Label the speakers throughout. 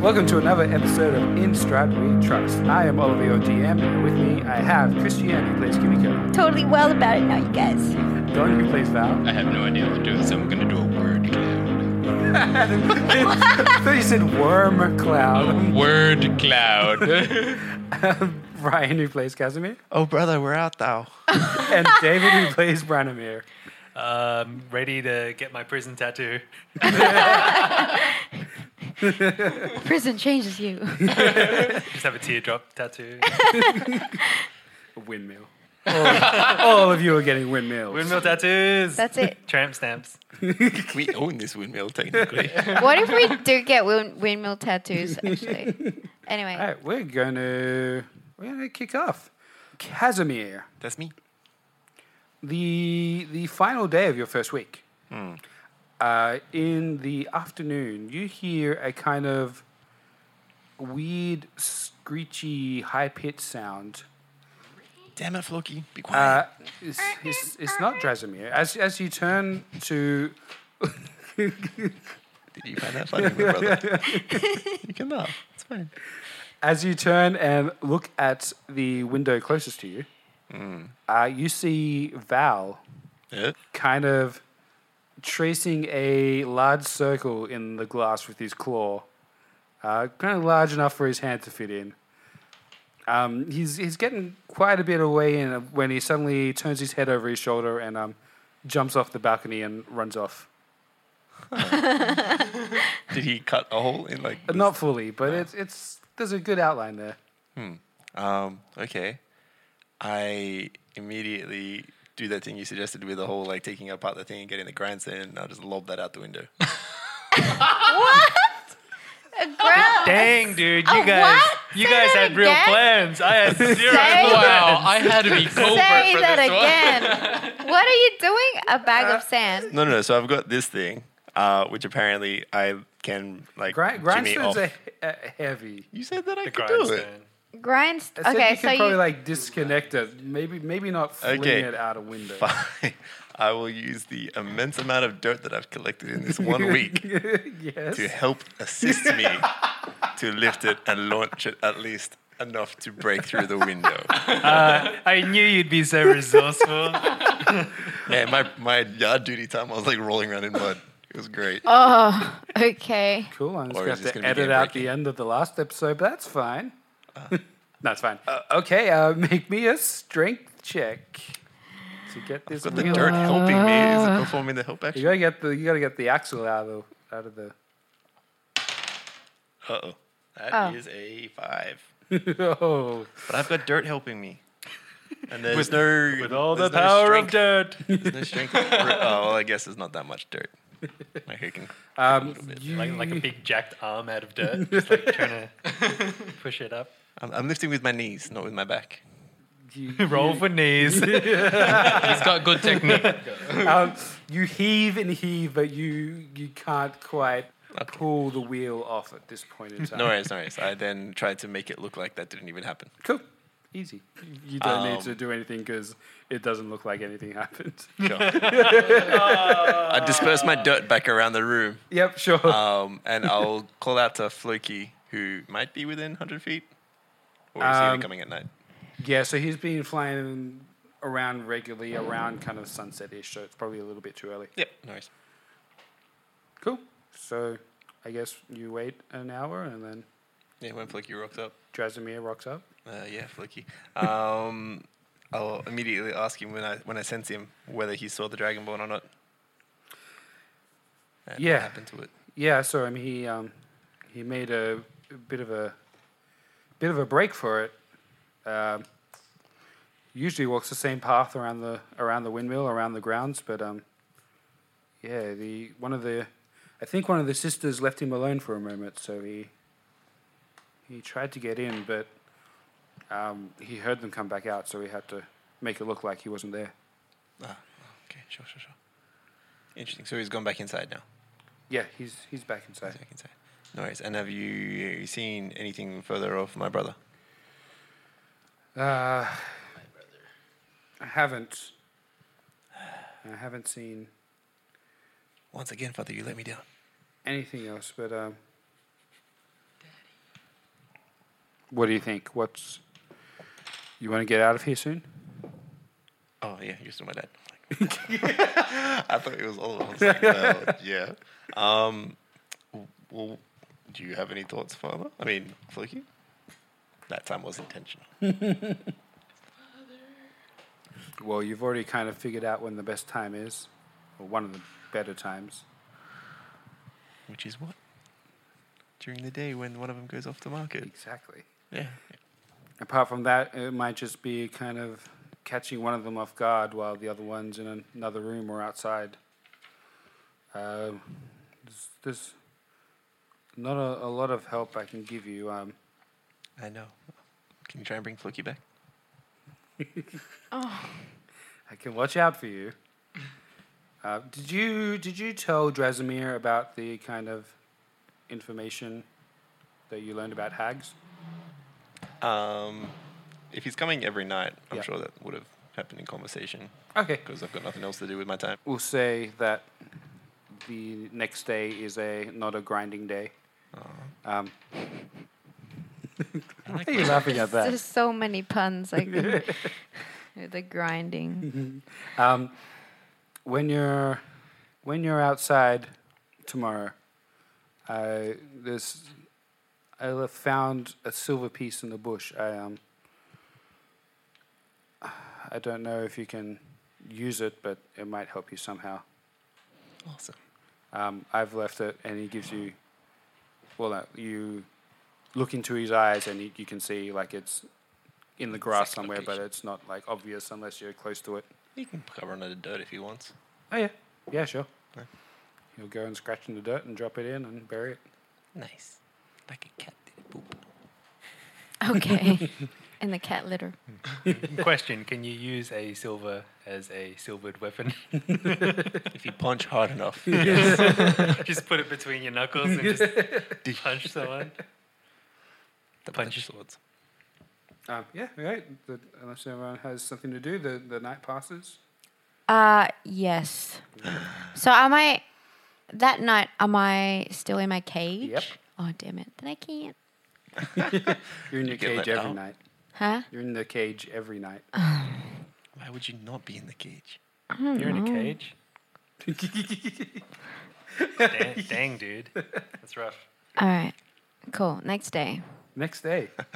Speaker 1: Welcome to another episode of In Strat We Trust. I am Oliver, your GM, and with me I have Christiane, who plays Kimiko,
Speaker 2: totally well about it now, you guys.
Speaker 1: Don, who plays Val.
Speaker 3: I have no idea what to do, so I'm gonna do a word cloud.
Speaker 1: I thought you said Worm Cloud. Um,
Speaker 3: Word cloud.
Speaker 1: Ryan, who plays Casimir,
Speaker 4: Oh, brother, we're out thou.
Speaker 1: and David, who plays Branimir.
Speaker 5: Um, ready to get my prison tattoo.
Speaker 2: Prison changes you.
Speaker 5: Just have a teardrop tattoo.
Speaker 1: A windmill. All, all of you are getting windmills.
Speaker 5: Windmill tattoos.
Speaker 2: That's it.
Speaker 5: Tramp stamps.
Speaker 3: we own this windmill technically.
Speaker 2: What if we do get wind- windmill tattoos, actually?
Speaker 1: All
Speaker 2: Anyway,
Speaker 1: right, we're gonna we're gonna kick off. Casimir,
Speaker 3: That's me.
Speaker 1: the the final day of your first week.
Speaker 4: Hmm.
Speaker 1: Uh, in the afternoon, you hear a kind of weird, screechy, high pitched sound.
Speaker 4: Damn it, Floki. Be quiet.
Speaker 1: Uh, it's, it's, it's not Drasimir. As as you turn to
Speaker 4: Did you find that funny, my brother? you can laugh. It's fine.
Speaker 1: As you turn and look at the window closest to you, uh, you see Val
Speaker 3: Yeah.
Speaker 1: kind of tracing a large circle in the glass with his claw, uh, kind of large enough for his hand to fit in. Um, he's he's getting quite a bit away in when he suddenly turns his head over his shoulder and um, jumps off the balcony and runs off.
Speaker 4: Did he cut a hole in like?
Speaker 1: But not fully, but it's it's there's a good outline there.
Speaker 4: Um. Okay. I immediately do that thing you suggested with the whole like taking apart the thing and getting the grinds in, and I'll just lob that out the window.
Speaker 2: ground.
Speaker 5: Dang, dude, you
Speaker 2: Oh,
Speaker 5: guys,
Speaker 2: what?
Speaker 5: you
Speaker 2: Say
Speaker 5: guys
Speaker 2: that
Speaker 5: had real
Speaker 2: again?
Speaker 5: plans. I had zero.
Speaker 2: Say,
Speaker 3: Wow, I had to be
Speaker 2: say
Speaker 3: covert for
Speaker 2: that
Speaker 3: this one. Uh,
Speaker 2: again. what are you doing? A bag of sand.
Speaker 4: no, no, no. So I've got this thing, uh, which apparently I can like
Speaker 1: Grind,
Speaker 4: jimmy
Speaker 1: grindstones
Speaker 4: off.
Speaker 1: are he- uh, heavy.
Speaker 4: you said that I could do it.
Speaker 5: Grindstone.
Speaker 2: Grind.
Speaker 1: I said
Speaker 2: Okay,
Speaker 1: you can
Speaker 2: so
Speaker 1: probably
Speaker 2: you.
Speaker 1: like disconnect it. Maybe maybe not fling
Speaker 4: Okay.
Speaker 1: it out a window.
Speaker 4: Fine. I will use the immense amount of dirt that I've collected in this one week
Speaker 1: yes.
Speaker 4: to help assist me to lift it and launch it at least enough to break through the window.
Speaker 1: Uh,
Speaker 5: I knew you'd be so resourceful.
Speaker 4: Man, my, my yard duty time, I was like rolling around in mud. It was great.
Speaker 2: Oh, okay.
Speaker 1: Cool. I'm just
Speaker 4: Or
Speaker 1: gonna
Speaker 4: is
Speaker 1: have
Speaker 4: this
Speaker 1: to
Speaker 4: gonna be
Speaker 1: edit out
Speaker 4: game-breaking?
Speaker 1: the end of the last episode, but that's fine. that's fine. Uh, okay, uh, make me a strength check to get this.
Speaker 4: but the
Speaker 1: wheel-
Speaker 4: dirt helping me
Speaker 2: Ah.
Speaker 4: isn't performing the help
Speaker 1: You
Speaker 4: action.
Speaker 1: gotta get the you gotta get the axle out of the, out of the.
Speaker 4: Uh oh. that is a five.
Speaker 1: Oh,
Speaker 4: But I've got dirt helping me. And there's no.
Speaker 5: With all the
Speaker 4: there's no
Speaker 5: power of
Speaker 4: strength-
Speaker 5: dirt.
Speaker 4: There's no strength. oh, well, I guess there's not that much dirt. Like I can.
Speaker 1: um, you,
Speaker 5: Like, like a big jacked arm out of dirt. Just like trying to push it up.
Speaker 4: I'm, I'm lifting with my knees, not with my back.
Speaker 1: you
Speaker 5: Roll for knees.
Speaker 3: He's got good technique.
Speaker 1: um, you heave and heave, but you you can't quite pull the wheel off at this point in time.
Speaker 4: No worries, no worries. I then tried to make it look like that didn't even happen.
Speaker 1: Cool. Easy. You don't need
Speaker 4: Um,
Speaker 1: to do anything because it doesn't look like anything happened.
Speaker 4: Sure. I disperse my dirt back around the room,
Speaker 1: yep, sure.
Speaker 4: um, and I'll call out to Floki, who might be within 100 feet, or is he
Speaker 1: Um,
Speaker 4: only coming at night?
Speaker 1: yeah, so he's been flying around regularly around kind of sunset ish, so it's probably a little bit too early.
Speaker 4: Yep, no worries.
Speaker 1: Cool. So I guess you wait an hour and then
Speaker 4: Yeah, when Floki rocks up.
Speaker 1: Drasimir rocks up.
Speaker 4: Uh, yeah, Floki. Um, I'll immediately ask him when I when I sense him whether he saw the dragonborn or not. And what
Speaker 1: Yeah.
Speaker 4: happened to it?
Speaker 1: Yeah, so I mean he um, he made a, a bit of a bit of a break for it. Um, usually walks the same path around the around the windmill, around the grounds, but um, yeah, the one of the I think one of the sisters left him alone for a moment, so he he tried to get in, but um, he heard them come back out, so he had to make it look like he wasn't there.
Speaker 4: Ah, okay, sure, sure, sure. Interesting. So he's gone back inside now.
Speaker 1: Yeah, he's he's back inside.
Speaker 4: He's back inside. No worries. And have you seen anything further of my brother?
Speaker 1: Uh, I haven't. I haven't seen
Speaker 4: Once again, Father, you let me down.
Speaker 1: anything else, but um. What do you think? What's you want to get out of here soon?
Speaker 4: Oh yeah, you're still my dad. I thought it was all. I was like, no, yeah. Um, w- well, do you have any thoughts, Father? I mean, Floki. That time was intentional.
Speaker 1: Well, you've already kind of figured out when the best time is, or one of the better times.
Speaker 4: Which is what? During the day when one of them goes off the market.
Speaker 1: Exactly.
Speaker 4: Yeah.
Speaker 1: Apart from that, it might just be kind of catching one of them off guard while the other one's in an- another room or outside. Um there's, there's not a, a lot of help I can give you. Um,
Speaker 4: I know. Can you try and bring Floki back?
Speaker 2: Oh.
Speaker 1: I can watch out for you. Uh, did you did you tell Drasimir about the kind of information that you learned about hags?
Speaker 4: Um, if he's coming every night, I'm
Speaker 1: Yeah.
Speaker 4: sure that would have happened in conversation
Speaker 1: Okay.
Speaker 4: because I've got nothing else to do with my time.
Speaker 1: We'll say that the next day is a not a grinding day. Um, Why are you laughing at that?
Speaker 2: There's so many puns I can. the grinding.
Speaker 1: Um, when you're when you're outside tomorrow, I this I le- found a silver piece in the bush. I um I don't know if you can use it, but it might help you somehow.
Speaker 4: Awesome.
Speaker 1: Um, I've left it, and he gives you. Well, uh, you look into his eyes, and you, you can see like it's in the grass
Speaker 4: Exact
Speaker 1: somewhere, but
Speaker 4: location.
Speaker 1: it's not like obvious unless you're close to it.
Speaker 4: He can cover under the dirt if he wants.
Speaker 1: Oh yeah, yeah, sure.
Speaker 4: Yeah.
Speaker 1: You'll go and scratch in the dirt and drop it in and bury it.
Speaker 4: Nice. Like a cat did poop.
Speaker 2: Okay. And the cat litter.
Speaker 5: Question: Can you use a silver as a silvered weapon?
Speaker 4: If you punch hard enough.
Speaker 5: just put it between your knuckles and just punch someone.
Speaker 4: The
Speaker 5: Punch.
Speaker 4: swords.
Speaker 1: Um, yeah, all right. The, unless everyone has something to do, the, the night passes.
Speaker 2: Uh yes. So am I that night am I still in my cage?
Speaker 1: Yep.
Speaker 2: Oh damn it. Then I can't.
Speaker 1: You're in your
Speaker 4: get
Speaker 1: cage
Speaker 4: let
Speaker 1: every
Speaker 4: out?
Speaker 1: night.
Speaker 2: Huh?
Speaker 1: You're in the cage every night.
Speaker 4: Why would you not be in the cage?
Speaker 5: You're in a cage. dang, dang, dude, that's rough.
Speaker 2: Alright. Cool. Next day.
Speaker 1: Next day.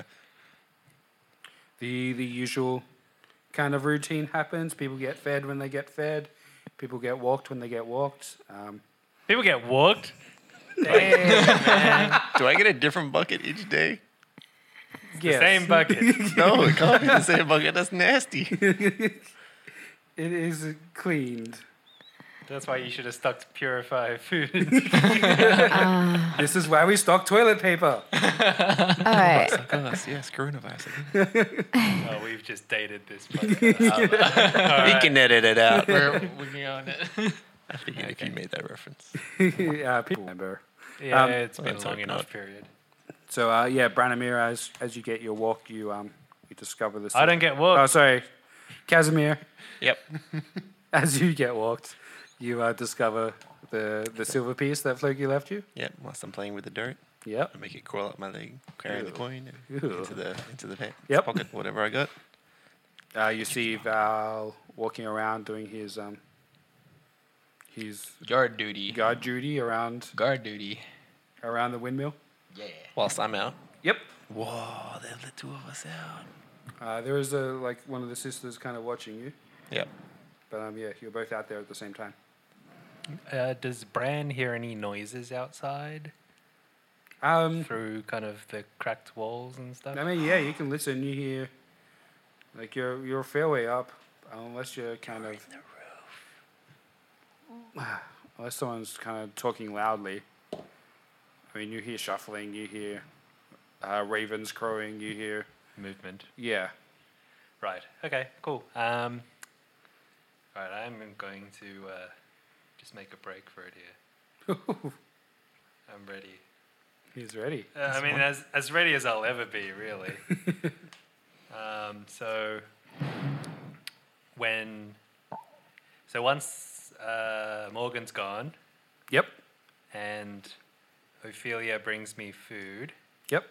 Speaker 1: the the usual kind of routine happens. People get fed when they get fed. People get walked when they get walked. Um,
Speaker 5: People get walked.
Speaker 4: Do I get a different bucket each day?
Speaker 1: yes.
Speaker 5: Same bucket.
Speaker 4: No, it can't be the same bucket. That's nasty.
Speaker 1: It is cleaned.
Speaker 5: That's why you should have stuck to purify food.
Speaker 1: This is why we stock toilet paper.
Speaker 2: All right.
Speaker 4: Yes, yes, coronavirus.
Speaker 5: oh, we've just dated this. podcast.
Speaker 4: We can edit it out.
Speaker 3: We're, we can go on it.
Speaker 4: If you made that reference.
Speaker 1: yeah, people remember. Um,
Speaker 5: yeah, it's been
Speaker 4: let's
Speaker 5: long
Speaker 4: hope
Speaker 5: enough.
Speaker 4: not.
Speaker 5: Period.
Speaker 1: So uh, yeah, Branimir, as as you get your walk, you um you discover this.
Speaker 5: I don't get
Speaker 1: Oh,
Speaker 5: what.
Speaker 1: sorry, Casimir.
Speaker 4: Yep.
Speaker 1: As you get walked, you uh, discover the the silver piece that Floki left you.
Speaker 4: Yep. Whilst I'm playing with the dirt,
Speaker 1: Yep.
Speaker 4: I make it crawl up my leg, carrying the coin and
Speaker 1: Ew.
Speaker 4: into the into the pants
Speaker 1: Yep.
Speaker 4: pocket, whatever I got.
Speaker 1: Uh, you see Val walking around doing his um his
Speaker 3: Guard duty.
Speaker 1: guard duty around
Speaker 3: Guard duty.
Speaker 1: around the windmill.
Speaker 4: Whilst I'm out.
Speaker 1: Yep.
Speaker 4: Whoa, they let the two of us out.
Speaker 1: Uh, there is a like one of the sisters kind of watching you,
Speaker 4: Yep.
Speaker 1: but um yeah, you're both out there at the same time.
Speaker 5: Uh, does Bran hear any noises outside
Speaker 1: Um,
Speaker 5: through kind of the cracked walls and stuff?
Speaker 1: I mean, yeah, you can listen. You hear, like your your fairway up, um, unless you're kind of. Unless someone's kind of talking loudly. I mean, you hear shuffling. You hear uh, ravens crowing. You hear,
Speaker 5: Movement.
Speaker 1: yeah.
Speaker 5: Right. Okay. Cool. Um, all right. I'm going to uh, just make a break for it here. I'm ready.
Speaker 1: He's ready.
Speaker 5: Uh, I mean, as as ready as I'll ever be, really. um, so when so once uh, Morgan's gone
Speaker 1: Yep.
Speaker 5: and Ophelia brings me food,
Speaker 1: Yep.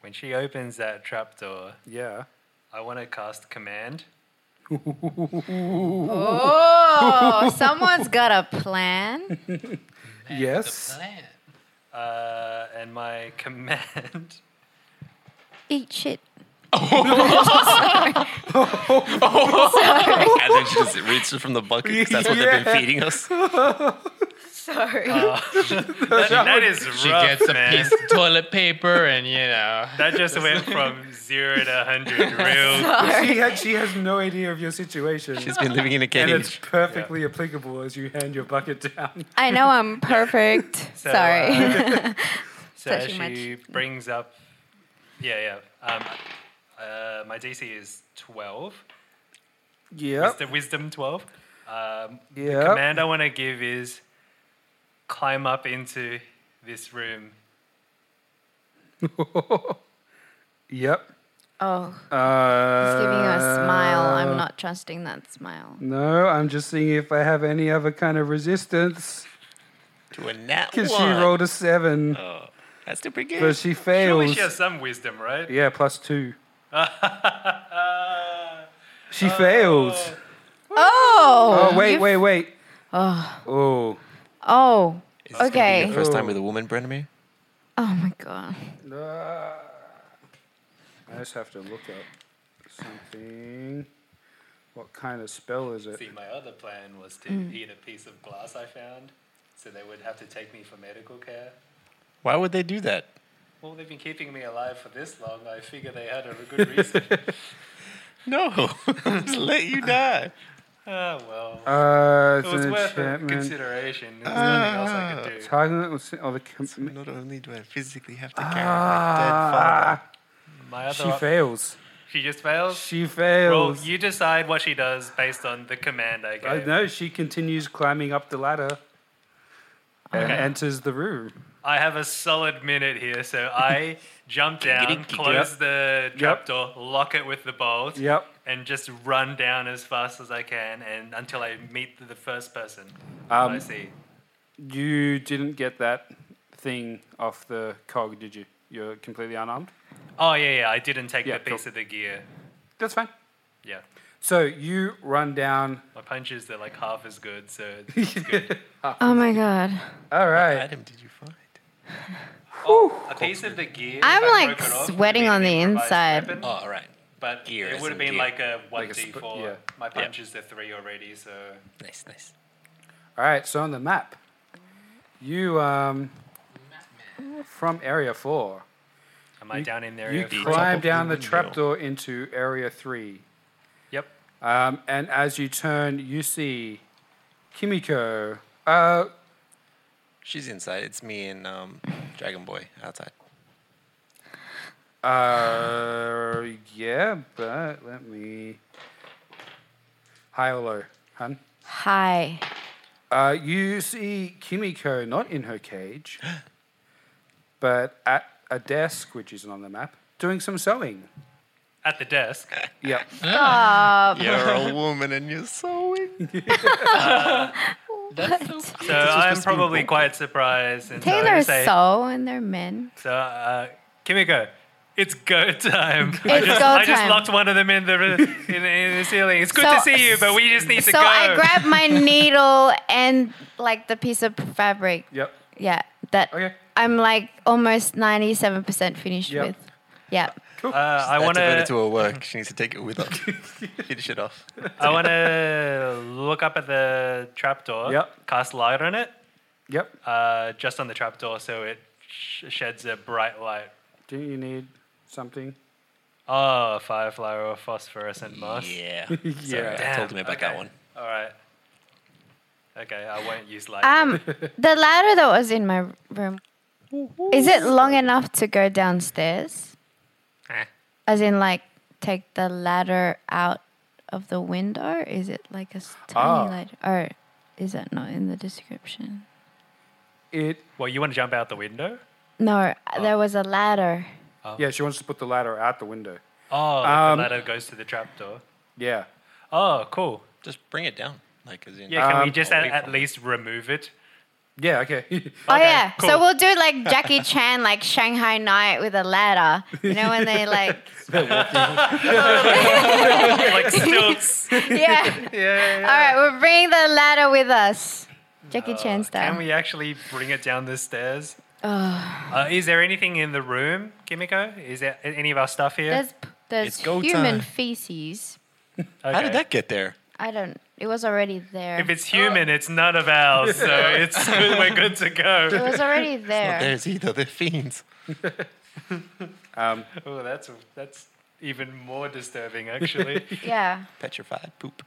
Speaker 5: when she opens that trapdoor,
Speaker 1: Yeah.
Speaker 5: I want to cast command.
Speaker 2: Oh, someone's got a plan.
Speaker 1: yes.
Speaker 3: Plan.
Speaker 5: Uh, and my command
Speaker 2: Eat shit.
Speaker 4: And then she just reaches from the bucket 'cause that's what they've been feeding us.
Speaker 2: Sorry.
Speaker 5: that is
Speaker 3: She
Speaker 5: rough,
Speaker 3: gets a
Speaker 5: man.
Speaker 3: piece of toilet paper and, you know.
Speaker 5: That just went from zero to hundred real.
Speaker 1: She, had, she has no idea of your situation.
Speaker 4: She's been living in a
Speaker 1: and it's
Speaker 4: cage.
Speaker 1: perfectly applicable as you hand your bucket down.
Speaker 2: I know I'm perfect.
Speaker 5: So, uh,
Speaker 2: Sorry.
Speaker 5: So
Speaker 2: Touching my
Speaker 5: she brings up, yeah, yeah. Um, uh, my DC is twelve.
Speaker 1: Yep.
Speaker 5: Wisdom, wisdom twelve. Um, The
Speaker 1: Yep.
Speaker 5: command I want to give is climb up into this room.
Speaker 1: Yep.
Speaker 2: oh,
Speaker 1: Uh,
Speaker 2: he's giving you a smile. I'm not trusting that smile.
Speaker 1: No, I'm just seeing if I have any other kind of resistance.
Speaker 4: To a nat one.
Speaker 1: Because she rolled a seven,
Speaker 4: Oh, that's still pretty good.
Speaker 1: but
Speaker 5: Surely
Speaker 1: she fails.
Speaker 5: she has some wisdom, right?
Speaker 1: Yeah, plus two.
Speaker 5: Uh,
Speaker 1: She fails.
Speaker 2: Oh.
Speaker 1: Oh, wait,
Speaker 2: you-
Speaker 1: wait, wait. Oh.
Speaker 2: Oh.
Speaker 4: Your
Speaker 2: Okay.
Speaker 4: first time with a woman, Brenemy?
Speaker 2: Oh my god.
Speaker 1: I just have to look up something. What kind of spell is it?
Speaker 5: see, my other plan was to
Speaker 4: Mm.
Speaker 5: eat a piece of glass I found, so they would have to take me for medical care.
Speaker 4: Why would they do that?
Speaker 5: Well, they've been keeping me alive for this long. I figure they had a good reason.
Speaker 4: No, just let you die.
Speaker 5: Ah, well.
Speaker 1: Uh, it's
Speaker 5: it was
Speaker 1: an
Speaker 5: worth a
Speaker 1: enchantment.
Speaker 5: consideration. There's nothing else I
Speaker 4: Ah.
Speaker 5: could do.
Speaker 1: Target will see- oh, the com- Ah.
Speaker 4: Not only do I physically have to carry my dead father,
Speaker 5: My other
Speaker 1: she
Speaker 5: op-
Speaker 1: fails.
Speaker 5: she just fails.
Speaker 1: She
Speaker 5: well,
Speaker 1: fails.
Speaker 5: you decide what she does based on the command I
Speaker 1: I
Speaker 5: gave. I,
Speaker 1: know she continues climbing up the ladder and enters the room.
Speaker 5: have a solid minute here, so I jump down, close
Speaker 1: Yep.
Speaker 5: the trapdoor, lock it with the bolt,
Speaker 1: Yep.
Speaker 5: and just run down as fast as I can and until I meet the first person I
Speaker 1: Um,
Speaker 5: see.
Speaker 1: you didn't get that thing off the cog, did you? You're completely unarmed.
Speaker 5: Oh yeah, yeah. I didn't take
Speaker 1: yeah,
Speaker 5: the piece
Speaker 1: cool.
Speaker 5: of the gear.
Speaker 1: That's fine.
Speaker 5: Yeah,
Speaker 1: So you run down.
Speaker 5: my punches they're like half as good, so it's good.
Speaker 2: Oh my god.
Speaker 1: All right.
Speaker 4: Adam, did you find?
Speaker 5: a piece of the gear.
Speaker 2: I'm,
Speaker 5: if I
Speaker 2: like,
Speaker 5: broke it off, would
Speaker 2: sweating
Speaker 5: be an
Speaker 2: on the
Speaker 5: improvised
Speaker 2: inside.
Speaker 5: weapon.
Speaker 4: Oh, right.
Speaker 5: But
Speaker 4: Gear
Speaker 5: it
Speaker 4: as
Speaker 5: would have
Speaker 4: in
Speaker 5: been
Speaker 4: gear.
Speaker 5: like a one
Speaker 1: a
Speaker 5: d
Speaker 1: sp-
Speaker 5: four.
Speaker 1: yeah.
Speaker 5: My punch is the three already, so
Speaker 4: Nice, nice.
Speaker 1: All right. So on the map, you um from area four.
Speaker 5: am I down in there?
Speaker 1: You
Speaker 4: Top
Speaker 1: climb
Speaker 4: of
Speaker 1: down
Speaker 4: the
Speaker 1: the
Speaker 4: window.
Speaker 1: trapdoor into area three.
Speaker 5: yep.
Speaker 1: Um, and as you turn, you see Kimiko. Uh,
Speaker 4: She's inside. It's me and um, Dragon Boy outside.
Speaker 1: uh, yeah, but let me. High or low, hun?
Speaker 2: Hi.
Speaker 1: Uh, you see Kimiko not in her cage, but at a desk, which isn't on the map, doing some sewing.
Speaker 5: At the desk.
Speaker 1: Yep.
Speaker 4: You're a woman and you're sewing.
Speaker 3: That's so
Speaker 5: So I'm probably quite surprised. And so I'm gonna
Speaker 2: Taylor's
Speaker 5: say-
Speaker 2: so, and they're men.
Speaker 5: So, uh, Kimiko, it's go time. I
Speaker 2: It's
Speaker 5: just,
Speaker 2: go
Speaker 5: I just
Speaker 2: time.
Speaker 5: locked one of them in the in, in the ceiling. It's good
Speaker 2: So-
Speaker 5: to see you, but we just need
Speaker 2: So
Speaker 5: to go.
Speaker 2: I grabbed my needle and like the piece of fabric.
Speaker 1: Yep.
Speaker 2: Yeah, that
Speaker 1: Okay.
Speaker 2: I'm like almost 97% finished
Speaker 1: Yep.
Speaker 2: with. Yeah.
Speaker 5: uh, I want
Speaker 4: That's to
Speaker 5: to.
Speaker 4: her work. She needs to take it with her. Finish it off.
Speaker 5: I want to look up at the trapdoor.
Speaker 1: Yep.
Speaker 5: Cast light on it,
Speaker 1: Yep.
Speaker 5: uh, just on the trapdoor, so it sh- sheds a bright light.
Speaker 1: Do you need something?
Speaker 5: Oh, firefly or phosphorescent moss.
Speaker 4: Yeah.
Speaker 1: Yeah.
Speaker 4: I told me about that one.
Speaker 5: All right. Okay, I won't use light.
Speaker 2: Um, the ladder that was in my room, is it long enough to go downstairs?
Speaker 5: Eh.
Speaker 2: As in, like, take the ladder out of the window? Is it like a s-
Speaker 1: Ah.
Speaker 2: tiny ladder? Or is that not in the description?
Speaker 1: It.
Speaker 5: well, you want to jump out the window?
Speaker 2: No,
Speaker 5: Ah.
Speaker 2: there was a ladder.
Speaker 1: Yeah, she wants to put the ladder out the window.
Speaker 5: Oh,
Speaker 1: Um,
Speaker 5: the ladder goes to the trapdoor.
Speaker 1: Yeah.
Speaker 5: Oh, cool.
Speaker 4: Just bring it down. Like, as in,
Speaker 5: Yeah, can we
Speaker 1: Um,
Speaker 5: just
Speaker 4: I'll
Speaker 5: at,
Speaker 4: wait
Speaker 5: at
Speaker 4: for
Speaker 5: least remove it?
Speaker 1: Yeah. Okay.
Speaker 2: oh, yeah.
Speaker 5: cool.
Speaker 2: So we'll do like Jackie Chan, like Shanghai Night with a ladder. You know, when they like,
Speaker 5: like stilts.
Speaker 2: yeah.
Speaker 5: yeah.
Speaker 2: All right, we'll bring the ladder with us. Jackie Chan style.
Speaker 5: Can we actually bring it down the stairs? Uh, is there anything in the room, Kimiko? Is there a- any of our stuff here?
Speaker 2: There's p- there's
Speaker 4: It's go
Speaker 2: human
Speaker 4: time.
Speaker 2: feces.
Speaker 4: How did that get there?
Speaker 2: I don't. It was already there.
Speaker 5: If it's human, it's none of ours, so it's good, we're good to
Speaker 2: it
Speaker 5: go.
Speaker 2: was already there.
Speaker 4: There's either. They're fiends. Um,
Speaker 5: Oh, that's that's even more disturbing, actually.
Speaker 2: yeah.
Speaker 4: Petrified poop.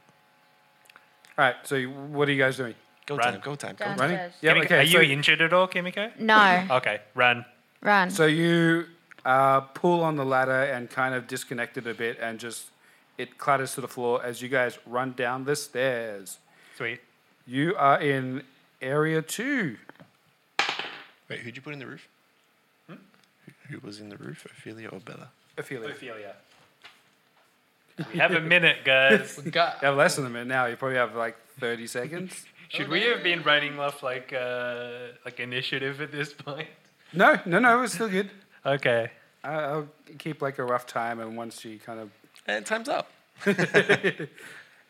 Speaker 1: All right. So what are you guys doing?
Speaker 4: Go
Speaker 5: Run.
Speaker 4: time. Go time. Go
Speaker 2: Down.
Speaker 4: time.
Speaker 1: Running.
Speaker 2: Downstairs.
Speaker 1: Yeah.
Speaker 5: Kimiko,
Speaker 1: Okay.
Speaker 5: are you
Speaker 1: so,
Speaker 5: injured at all, Kimiko?
Speaker 2: No.
Speaker 5: Okay, run.
Speaker 2: Run.
Speaker 1: so you uh, pull on the ladder and kind of disconnect it a bit, and just it clatters to the floor as you guys run down the stairs.
Speaker 5: Sweet.
Speaker 1: You are in area two.
Speaker 4: Wait, who'd you put in the roof? Who was in the roof? Ophelia or Bella?
Speaker 1: Ophelia.
Speaker 5: Ophelia. We have a minute, guys.
Speaker 1: You have less than a minute now. You probably have like thirty seconds.
Speaker 5: Should we have been writing off like uh, like initiative at this point?
Speaker 1: No, no, no. It's still good.
Speaker 5: Okay.
Speaker 1: I- I'll keep like a rough time, and once she kind of
Speaker 4: And time's up.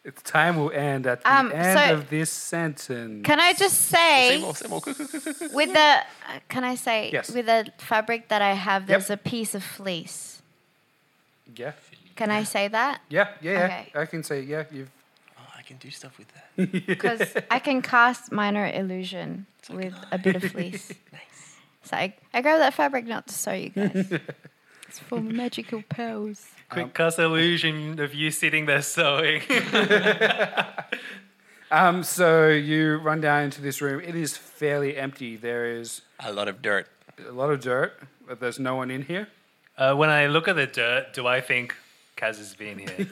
Speaker 1: Its time will end at the
Speaker 2: Um,
Speaker 1: end
Speaker 2: so-
Speaker 1: of this sentence.
Speaker 2: can I just say
Speaker 4: Same old, same old. Quick, quick, quick, quick, quick.
Speaker 2: with the uh, can I say
Speaker 1: Yes.
Speaker 2: with the fabric that I have there's a piece of fleece.
Speaker 1: yeah.
Speaker 2: Can I say that?
Speaker 1: Yeah, yeah, yeah.
Speaker 2: Okay.
Speaker 1: I can say, yeah, you've.
Speaker 4: Oh, I can do stuff with that.
Speaker 2: Because I can cast minor illusion with
Speaker 5: "Oh."
Speaker 2: a bit of fleece. nice. So I, I grab that fabric not to sew you guys. it's for magical powers.
Speaker 5: Quick cast illusion of you sitting there sewing.
Speaker 1: Um, so you run down into this room. It is fairly empty. There is
Speaker 4: A lot of dirt.
Speaker 1: a lot of dirt, but there's no one in here.
Speaker 5: uh, when I look at the dirt, do I think Kaz has been here?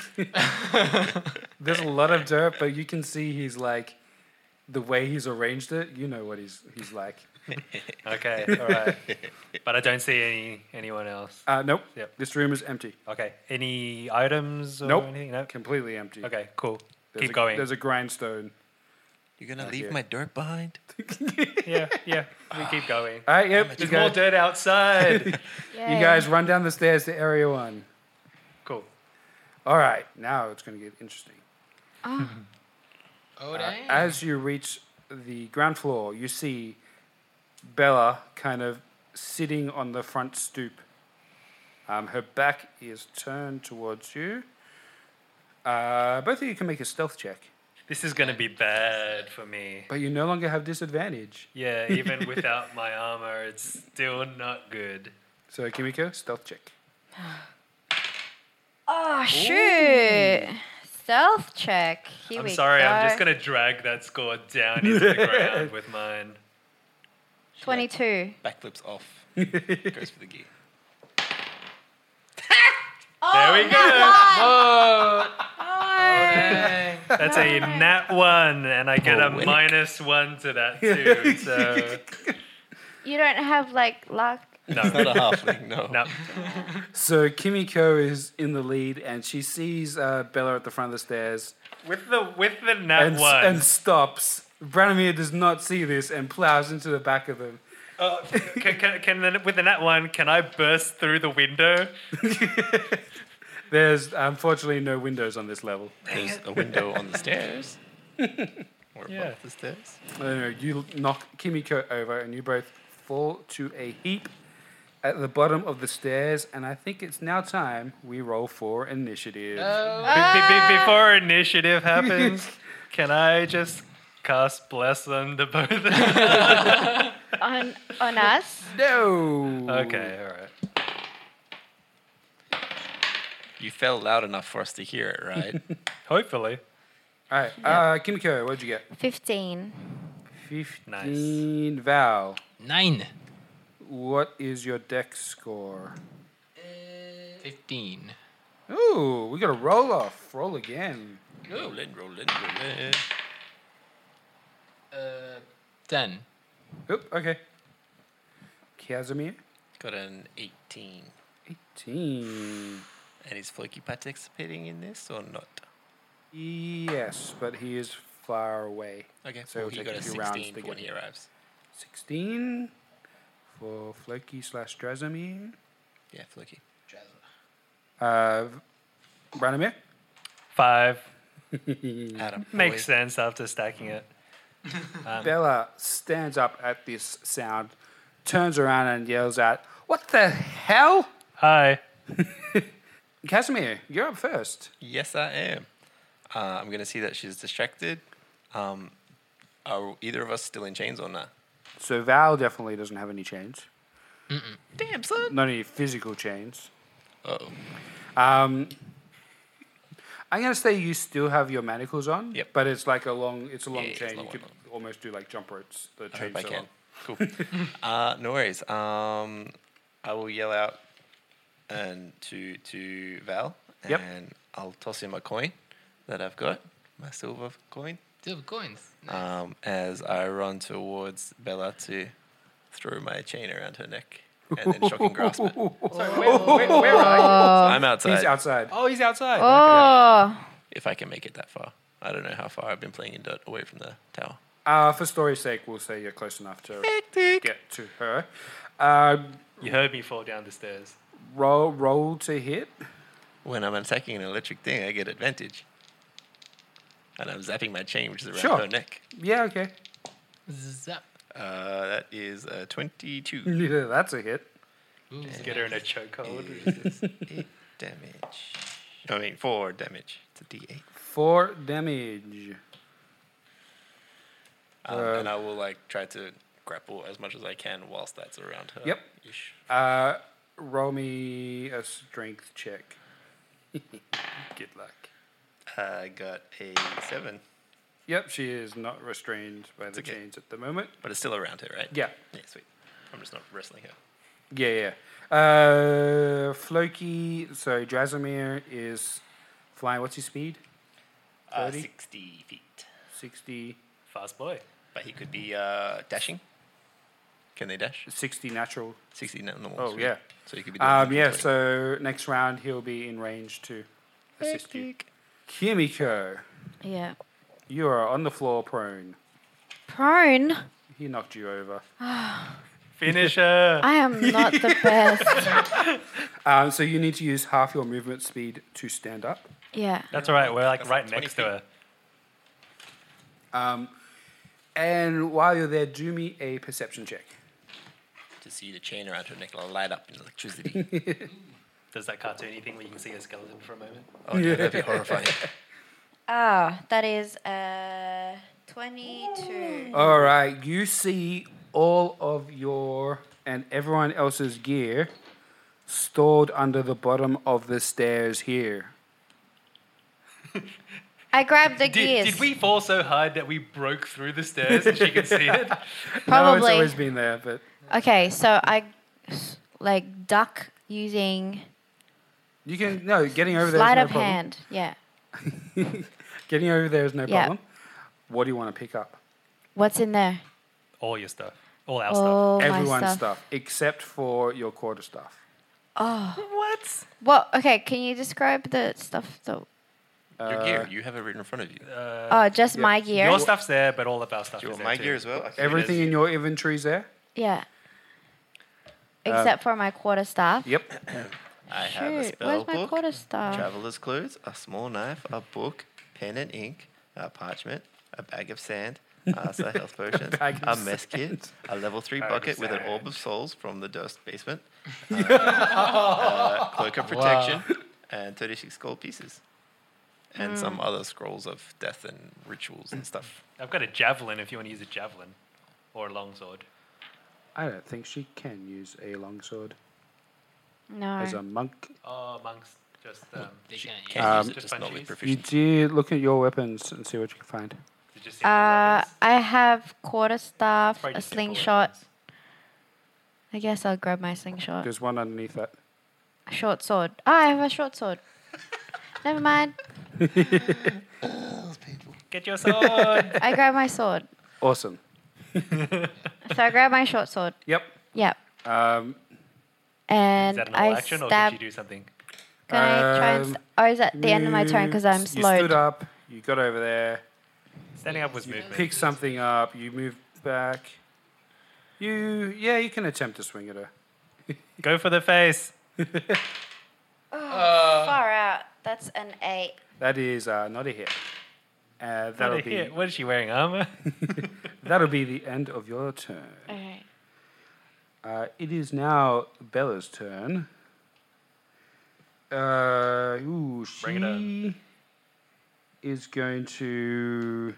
Speaker 1: There's a lot of dirt, but you can see he's like, the way he's arranged it, you know what he's, he's like.
Speaker 5: okay, all right. But I don't see any anyone else.
Speaker 1: Uh, nope.
Speaker 5: Yep.
Speaker 1: This room is empty.
Speaker 5: Okay. Any items or
Speaker 1: Nope.
Speaker 5: anything? Nope.
Speaker 1: Completely empty.
Speaker 5: Okay, cool.
Speaker 1: There's
Speaker 5: Keep
Speaker 1: a,
Speaker 5: going.
Speaker 1: There's a grindstone.
Speaker 4: You're gonna leave my Ah. dirt behind?
Speaker 5: yeah, yeah. We keep going.
Speaker 1: All right, yep. You
Speaker 5: There's more
Speaker 1: guys,
Speaker 5: dirt outside.
Speaker 1: you guys run down the stairs to area one.
Speaker 5: cool.
Speaker 1: All right, now it's going to get interesting.
Speaker 3: Oh, dang.
Speaker 1: As you reach the ground floor, you see Bella kind of sitting on the front stoop. Um, her back is turned towards you. Uh, both of you can make a stealth check,
Speaker 5: This is gonna be bad for me.
Speaker 1: but you no longer have disadvantage.
Speaker 5: Yeah, even without my armor, it's still not good.
Speaker 1: So, Kimiko, stealth check.
Speaker 2: Oh shoot! stealth check. Here
Speaker 5: I'm
Speaker 2: we
Speaker 5: sorry, I'm just
Speaker 2: go.
Speaker 5: gonna drag that score down into the ground with mine.
Speaker 2: 22.
Speaker 4: Backflips off. Goes for the gear.
Speaker 2: Oh
Speaker 5: There we go. That's a
Speaker 2: Nice.
Speaker 5: nat one, and I get a
Speaker 4: Oh,
Speaker 5: minus one to that too. So
Speaker 2: You don't have like luck.
Speaker 5: no,
Speaker 4: Not a halfling, no.
Speaker 5: no.
Speaker 1: So Kimiko is in the lead, and she sees uh, Bella at the front of the stairs
Speaker 5: With the with the nat
Speaker 1: and, s-
Speaker 5: one,
Speaker 1: and stops. Branimir does not see this and plows into the back of them.
Speaker 5: Uh, can, can, can the, with the nat one, can I burst through the window?
Speaker 1: There's unfortunately no windows on this level.
Speaker 4: There's a window on the stairs. or above
Speaker 5: Yeah.
Speaker 4: the stairs.
Speaker 1: No, no, you knock Kimiko over, and you both fall to a heap at the bottom of the stairs. And I think it's now time we roll for initiative.
Speaker 4: Oh.
Speaker 5: Be- be- be- before initiative happens, can I just cast bless on the both? of them?
Speaker 2: On, on us.
Speaker 1: no.
Speaker 5: okay, all right.
Speaker 4: You fell loud enough for us to hear it, right?
Speaker 5: Hopefully,
Speaker 1: All right. Uh, Kimiko, what'd you get?
Speaker 2: 15.
Speaker 1: Fifteen. Val,
Speaker 3: Nine.
Speaker 1: what is your deck score?
Speaker 3: Fifteen.
Speaker 1: Ooh, we got a roll off. Roll again.
Speaker 4: rolling, rolling, rolling. eh.
Speaker 1: Eh,
Speaker 3: Uh, ten.
Speaker 1: Oop, okay. Casimir,
Speaker 4: Got an 18.
Speaker 1: 18.
Speaker 4: And is Floki participating in this or not?
Speaker 1: Yes, but he is far away.
Speaker 4: Okay,
Speaker 1: So
Speaker 4: so
Speaker 1: it'll
Speaker 4: he
Speaker 1: take
Speaker 4: got
Speaker 1: a
Speaker 4: a
Speaker 1: few rounds
Speaker 4: 16
Speaker 1: to
Speaker 4: for when
Speaker 1: get
Speaker 4: he
Speaker 1: it.
Speaker 4: arrives.
Speaker 1: 16 for Floki slash Drasimir.
Speaker 4: Yeah, Floki.
Speaker 1: Uh, Branimir?
Speaker 5: five
Speaker 4: Adam.
Speaker 5: makes sense after stacking it. Um,
Speaker 1: Bella stands up at this sound, turns around and yells out, What the hell?
Speaker 5: Hi.
Speaker 1: Casimir, you're up first.
Speaker 4: Yes, I am. Uh, I'm going to see that she's distracted. Um, are either of us still in chains or not?
Speaker 1: So Val definitely doesn't have any chains,
Speaker 4: Damn, son.
Speaker 1: not any physical chains.
Speaker 4: Uh-oh.
Speaker 1: Um, I'm gonna say you still have your manacles on,
Speaker 4: Yep.
Speaker 1: but it's like a long, it's a long
Speaker 4: Yeah, it's
Speaker 1: chain.
Speaker 4: a long
Speaker 1: you could
Speaker 4: one,
Speaker 1: almost do like jump ropes. The
Speaker 4: I hope
Speaker 1: chain
Speaker 4: I can. Cool. uh, no worries. Um, I will yell out and to to Val, and
Speaker 1: Yep.
Speaker 4: I'll toss him a coin that I've got, my silver coin,
Speaker 3: Two coins.
Speaker 4: um, as I run towards Bella to throw my chain around her neck and then shock and grasp it. I'm outside.
Speaker 1: He's outside.
Speaker 5: Oh, he's outside.
Speaker 2: Oh,
Speaker 4: If I can make it that far, I don't know how far I've been playing in dirt away from the tower.
Speaker 1: Uh, for story's sake, we'll say you're close enough to get to her. Uh,
Speaker 5: You heard me fall down the stairs.
Speaker 1: roll, roll to hit.
Speaker 4: When I'm attacking an electric thing, I get advantage. And I'm zapping my chain, which is around
Speaker 1: Sure.
Speaker 4: her neck.
Speaker 1: Yeah, okay.
Speaker 3: Zap.
Speaker 4: Uh, that is uh, 22
Speaker 1: Yeah, That's a hit.
Speaker 5: Get her in a chokehold.
Speaker 4: Eight damage. I mean, 4 damage. It's a d8.
Speaker 1: Four damage. Uh,
Speaker 4: Um, and I will, like, try to grapple as much as I can whilst that's around her.
Speaker 1: Yep.
Speaker 4: Ish.
Speaker 1: Uh, roll me a strength check. Good luck.
Speaker 4: I got a 7,
Speaker 1: Yep, she is not restrained by the
Speaker 4: okay.
Speaker 1: chains at the moment.
Speaker 4: but it's still around her, right?
Speaker 1: Yeah,
Speaker 4: Yeah, sweet. I'm just not wrestling her.
Speaker 1: yeah, yeah. Uh, Floki, so Drasimir is flying. What's his speed?
Speaker 4: Uh,
Speaker 1: 30?
Speaker 4: 60 feet.
Speaker 1: 60,
Speaker 5: Fast boy.
Speaker 4: But he could be uh, dashing. Can they dash?
Speaker 1: 60 natural.
Speaker 4: 60 no- normal.
Speaker 1: Oh,
Speaker 4: sweet.
Speaker 1: yeah.
Speaker 4: So he could be doing
Speaker 1: Um, yeah,
Speaker 4: 120.
Speaker 1: so next round he'll be in range to assist you. Kimiko,
Speaker 2: yeah.
Speaker 1: you are on the floor prone.
Speaker 2: Prone.
Speaker 1: He knocked you over.
Speaker 5: Finish her.
Speaker 2: I am not the best.
Speaker 1: Um, so you need to use half your movement speed to stand up.
Speaker 2: Yeah.
Speaker 5: That's all right. We're like
Speaker 4: That's
Speaker 5: right
Speaker 4: like 20
Speaker 5: next to her.
Speaker 1: Um, and while you're there, do me a perception check.
Speaker 4: To see the chain around her neck light up in electricity.
Speaker 5: Does that cartoony thing where you can see her skeleton for a moment?
Speaker 4: oh, no, that'd be horrifying.
Speaker 2: Ah, that is uh, 22.
Speaker 1: All right, you see all of your and everyone else's gear stored under the bottom of the stairs here.
Speaker 2: I grabbed the
Speaker 5: Did,
Speaker 2: gears.
Speaker 5: did we fall so hard that we broke through the stairs and she could see it?
Speaker 1: No, it's
Speaker 2: Probably.
Speaker 1: always been there, but
Speaker 2: okay, so I like duck using
Speaker 1: you can no getting over there. Is
Speaker 2: sleight
Speaker 1: no
Speaker 2: of
Speaker 1: problem.
Speaker 2: hand. Yeah.
Speaker 1: Getting over there is no
Speaker 2: Yeah.
Speaker 1: problem. What do you want to pick up?
Speaker 2: What's in there?
Speaker 5: All your stuff. All our stuff.
Speaker 2: Oh, my
Speaker 1: Everyone's
Speaker 2: stuff.
Speaker 1: stuff. except for your quarter stuff.
Speaker 2: Oh. Well, okay, can you describe the stuff though?
Speaker 4: Your
Speaker 1: Uh,
Speaker 4: gear, you have it written in front of you.
Speaker 2: Oh, just my gear.
Speaker 5: Your stuff's there, but all of our stuff
Speaker 4: Do you want
Speaker 5: is there
Speaker 4: my
Speaker 5: too.
Speaker 4: gear as well? I can-
Speaker 1: Everything in your inventory's there.
Speaker 2: Yeah. Except for my quarter staff.
Speaker 1: Yep.
Speaker 4: I have a
Speaker 2: Shoot,
Speaker 4: spell
Speaker 2: where's my
Speaker 4: book,
Speaker 2: quarter staff?
Speaker 4: traveler's clothes, a small knife, a book, pen and ink, a parchment, a bag of sand, uh, so health potions, a,
Speaker 1: bag of
Speaker 4: mess kit, a level three
Speaker 5: Bag of
Speaker 4: bucket with an
Speaker 5: sand.
Speaker 4: orb of souls from the dust basement, uh, a cloak of protection, and 36 gold pieces. And some other scrolls of death and rituals and stuff.
Speaker 5: I've got a javelin if you want to use a javelin or a longsword.
Speaker 1: I don't think she can use a longsword
Speaker 2: No.
Speaker 1: as a monk.
Speaker 5: Oh, monks. Just, um,
Speaker 3: They can't use
Speaker 4: Can
Speaker 3: it.
Speaker 4: use it,
Speaker 5: just
Speaker 4: just not with
Speaker 5: punchies? You
Speaker 1: You
Speaker 4: proficiency.
Speaker 1: do look at your weapons and see what you can find.
Speaker 5: they just simple
Speaker 2: Uh,
Speaker 5: weapons.
Speaker 2: I have quarter staff, a
Speaker 5: Probably just simple
Speaker 2: slingshot.
Speaker 5: weapons.
Speaker 2: I guess I'll grab my slingshot.
Speaker 1: There's one underneath that.
Speaker 2: A short sword. Oh, I have a short sword. Never mind.
Speaker 5: Get your sword.
Speaker 2: I grab my sword.
Speaker 1: Awesome.
Speaker 2: So I grab my short sword.
Speaker 1: Yep.
Speaker 2: Yep.
Speaker 1: Um,
Speaker 2: And
Speaker 5: is that an all
Speaker 2: I
Speaker 5: action or
Speaker 2: stab.
Speaker 5: did you do something?
Speaker 2: Can I try and?
Speaker 1: Um,
Speaker 2: St- or is that the end of my turn
Speaker 1: you
Speaker 2: because I'm
Speaker 1: s- You stood
Speaker 2: slowed?
Speaker 1: up. You got over there.
Speaker 5: Standing up was movement.
Speaker 1: Pick something up. You move back. You yeah. You can attempt to swing at her.
Speaker 5: Go for the face.
Speaker 2: Oh, Far out. That's an eight.
Speaker 1: That is uh, not a hit. Uh, that'll
Speaker 5: What a
Speaker 1: be
Speaker 5: hit. What is she wearing? Armor?
Speaker 1: that'll be the end of your turn.
Speaker 2: Okay.
Speaker 1: Uh, it is now Bella's turn. Uh, ooh,
Speaker 5: Bring it on.
Speaker 1: she is going to.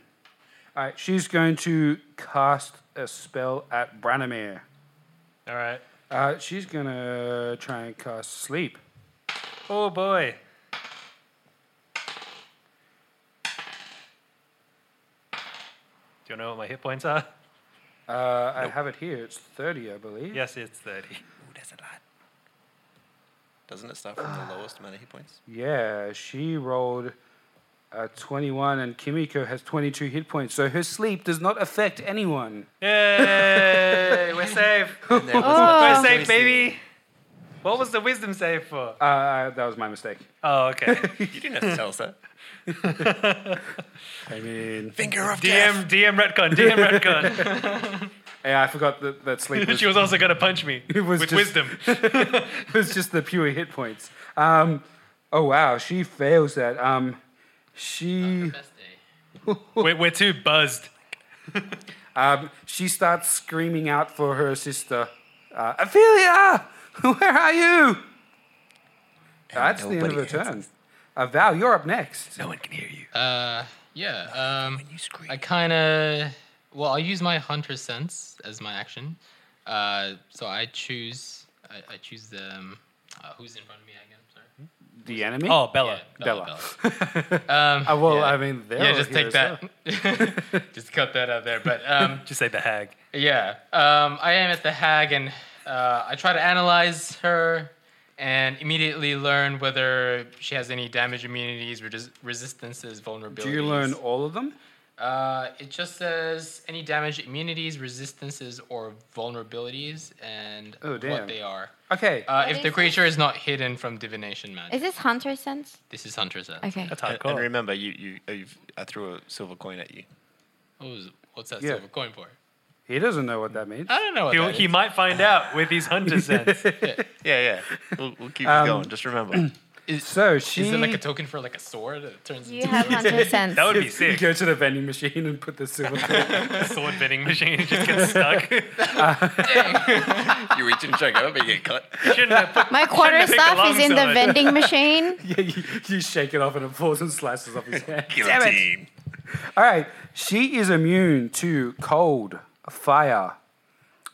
Speaker 1: All right, she's going to cast a spell at Branimir.
Speaker 5: all right.
Speaker 1: Uh, she's gonna try and cast sleep.
Speaker 5: Oh boy. Do you know what my hit points are?
Speaker 1: Uh, I have it here. It's thirty, I believe.
Speaker 5: Yes, it's 30.
Speaker 4: Ooh, that's a lot. Doesn't it start from
Speaker 1: Ah.
Speaker 4: the lowest amount of hit points?
Speaker 1: Yeah, she rolled a twenty-one, and Kimiko has twenty-two hit points. So her sleep does not affect anyone.
Speaker 5: Yay! We're safe. We're safe, baby. What was the wisdom save for?
Speaker 1: Uh, Uh, that was my mistake.
Speaker 5: Oh, okay.
Speaker 4: You didn't have to tell us that.
Speaker 1: I mean,
Speaker 4: Finger of
Speaker 5: DM, DM retcon, DM retcon.
Speaker 1: yeah, I forgot that, that sleep was
Speaker 5: she was also going to punch me with
Speaker 1: was just-
Speaker 5: wisdom.
Speaker 1: it was just the pure hit points. Um, oh wow, she fails that. Um, she
Speaker 3: Best day.
Speaker 5: we're, we're too buzzed.
Speaker 1: um, she starts screaming out for her sister, uh, Ophelia, where are you? That's the end of her
Speaker 4: nobody
Speaker 1: turn. Uh, Val, you're up next.
Speaker 4: No one can hear you.
Speaker 3: Uh, yeah. Um, I kind of well, I'll use my hunter sense as my action. Uh, so I choose I, I choose the um, uh, who's in front of me again. Sorry.
Speaker 1: The enemy.
Speaker 5: Oh, Bella.
Speaker 3: Yeah, Bella. um,
Speaker 1: Uh, well,
Speaker 3: yeah.
Speaker 1: I mean, they're
Speaker 3: yeah,
Speaker 1: all
Speaker 3: just
Speaker 1: here
Speaker 3: take
Speaker 1: as well.
Speaker 3: that. just cut that out there. But um,
Speaker 5: Just say the hag.
Speaker 3: yeah, um, I am at the hag, and uh, I try to analyze her and immediately learn whether she has any damage immunities, res- resistances, vulnerabilities.
Speaker 1: Do you learn all of them?
Speaker 3: Uh, it just says any damage, immunities, resistances, or vulnerabilities, and
Speaker 1: Oh, damn.
Speaker 3: what they are.
Speaker 1: Okay.
Speaker 3: Uh,
Speaker 2: What
Speaker 3: if
Speaker 2: is
Speaker 3: the
Speaker 2: this?
Speaker 3: creature is not hidden from divination magic,
Speaker 2: Is this hunter sense?
Speaker 3: this is Hunter's End.
Speaker 2: Okay.
Speaker 5: That's
Speaker 4: And, and
Speaker 5: hardcore.
Speaker 4: remember, you, you, uh, you've, I threw a silver coin at you.
Speaker 3: What was- what's that
Speaker 1: Yeah.
Speaker 3: silver coin for?
Speaker 1: he doesn't know what that means.
Speaker 3: I don't know. What
Speaker 5: He'll,
Speaker 3: that
Speaker 5: he
Speaker 3: is.
Speaker 5: might find out with his hunter sense.
Speaker 4: Yeah, yeah. We'll, we'll keep it going. Just remember.
Speaker 1: Um, So she.
Speaker 3: Is it like a token for like a sword that turns
Speaker 2: You
Speaker 3: into
Speaker 2: have hunter sense.
Speaker 5: That would be
Speaker 1: you
Speaker 5: sick.
Speaker 1: go to the vending machine and put the silver.
Speaker 5: Sword bending machine just gets stuck. You
Speaker 4: you reach and check out, but you get cut.
Speaker 5: shouldn't have put
Speaker 2: My quarter
Speaker 5: picked
Speaker 2: staff is in the
Speaker 5: alongside.
Speaker 2: vending machine.
Speaker 1: Yeah, you, you shake it off and it falls and slices off his hand.
Speaker 4: Guillotine.
Speaker 1: All right. She is immune to cold, fire,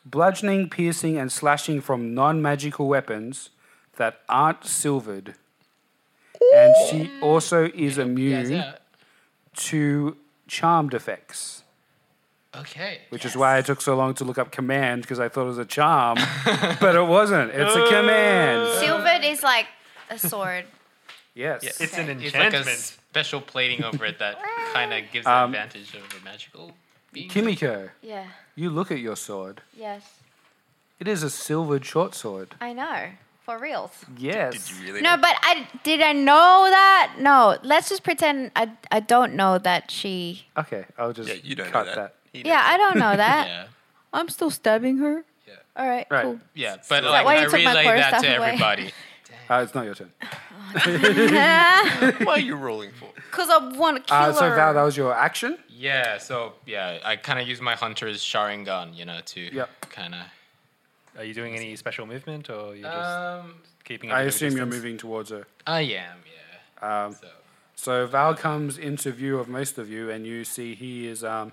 Speaker 1: bludgeoning, piercing, and slashing from non magical weapons that aren't silvered and she
Speaker 2: Mm.
Speaker 1: also is immune
Speaker 3: Guys out.
Speaker 1: to charmed effects,
Speaker 3: Okay.
Speaker 1: which is why I took so long to look up command because I thought it was a charm, but it wasn't. It's a
Speaker 5: Uh.
Speaker 1: command.
Speaker 2: Silvered is like a sword.
Speaker 1: Yes.
Speaker 5: It's an
Speaker 3: It's like a
Speaker 5: enchantment.
Speaker 3: special plating over it that kind of gives
Speaker 1: Um,
Speaker 3: an advantage over magical. Being.
Speaker 1: Kimiko,
Speaker 2: Yeah.
Speaker 1: you look at your sword.
Speaker 2: Yes.
Speaker 1: It is a silvered short sword.
Speaker 2: I know. For reals.
Speaker 1: Yes.
Speaker 4: Really?
Speaker 2: No, but I did I know that? No. Let's just pretend I, I don't know that she.
Speaker 1: Okay, I'll just
Speaker 4: Yeah, you don't
Speaker 1: cut
Speaker 4: know
Speaker 1: that.
Speaker 4: that.
Speaker 2: Yeah, I don't know that.
Speaker 3: Yeah.
Speaker 2: I'm still stabbing her.
Speaker 3: Yeah.
Speaker 2: All right.
Speaker 1: Right.
Speaker 2: Cool.
Speaker 3: Yeah, but
Speaker 2: that
Speaker 3: like
Speaker 2: why
Speaker 3: I
Speaker 2: you took my
Speaker 3: relay
Speaker 2: core
Speaker 3: that
Speaker 2: stuff
Speaker 3: to
Speaker 2: away?
Speaker 3: everybody.
Speaker 1: Uh, it's not your turn.
Speaker 2: Oh,
Speaker 4: What are you rolling for?
Speaker 2: Cause I want to kill
Speaker 1: Uh, so
Speaker 2: her.
Speaker 1: Val, that was your action.
Speaker 3: Yeah, so yeah, I kind of use my hunter's Sharingan, you know, to
Speaker 1: Yep.
Speaker 3: kind of.
Speaker 5: Are you doing any special movement, or you're just
Speaker 3: Um,
Speaker 5: keeping? it
Speaker 1: I
Speaker 5: at a
Speaker 1: assume you're
Speaker 5: distance?
Speaker 1: moving towards her.
Speaker 3: I am, yeah. Um, so
Speaker 1: So Val comes into view of most of you, and you see he is um,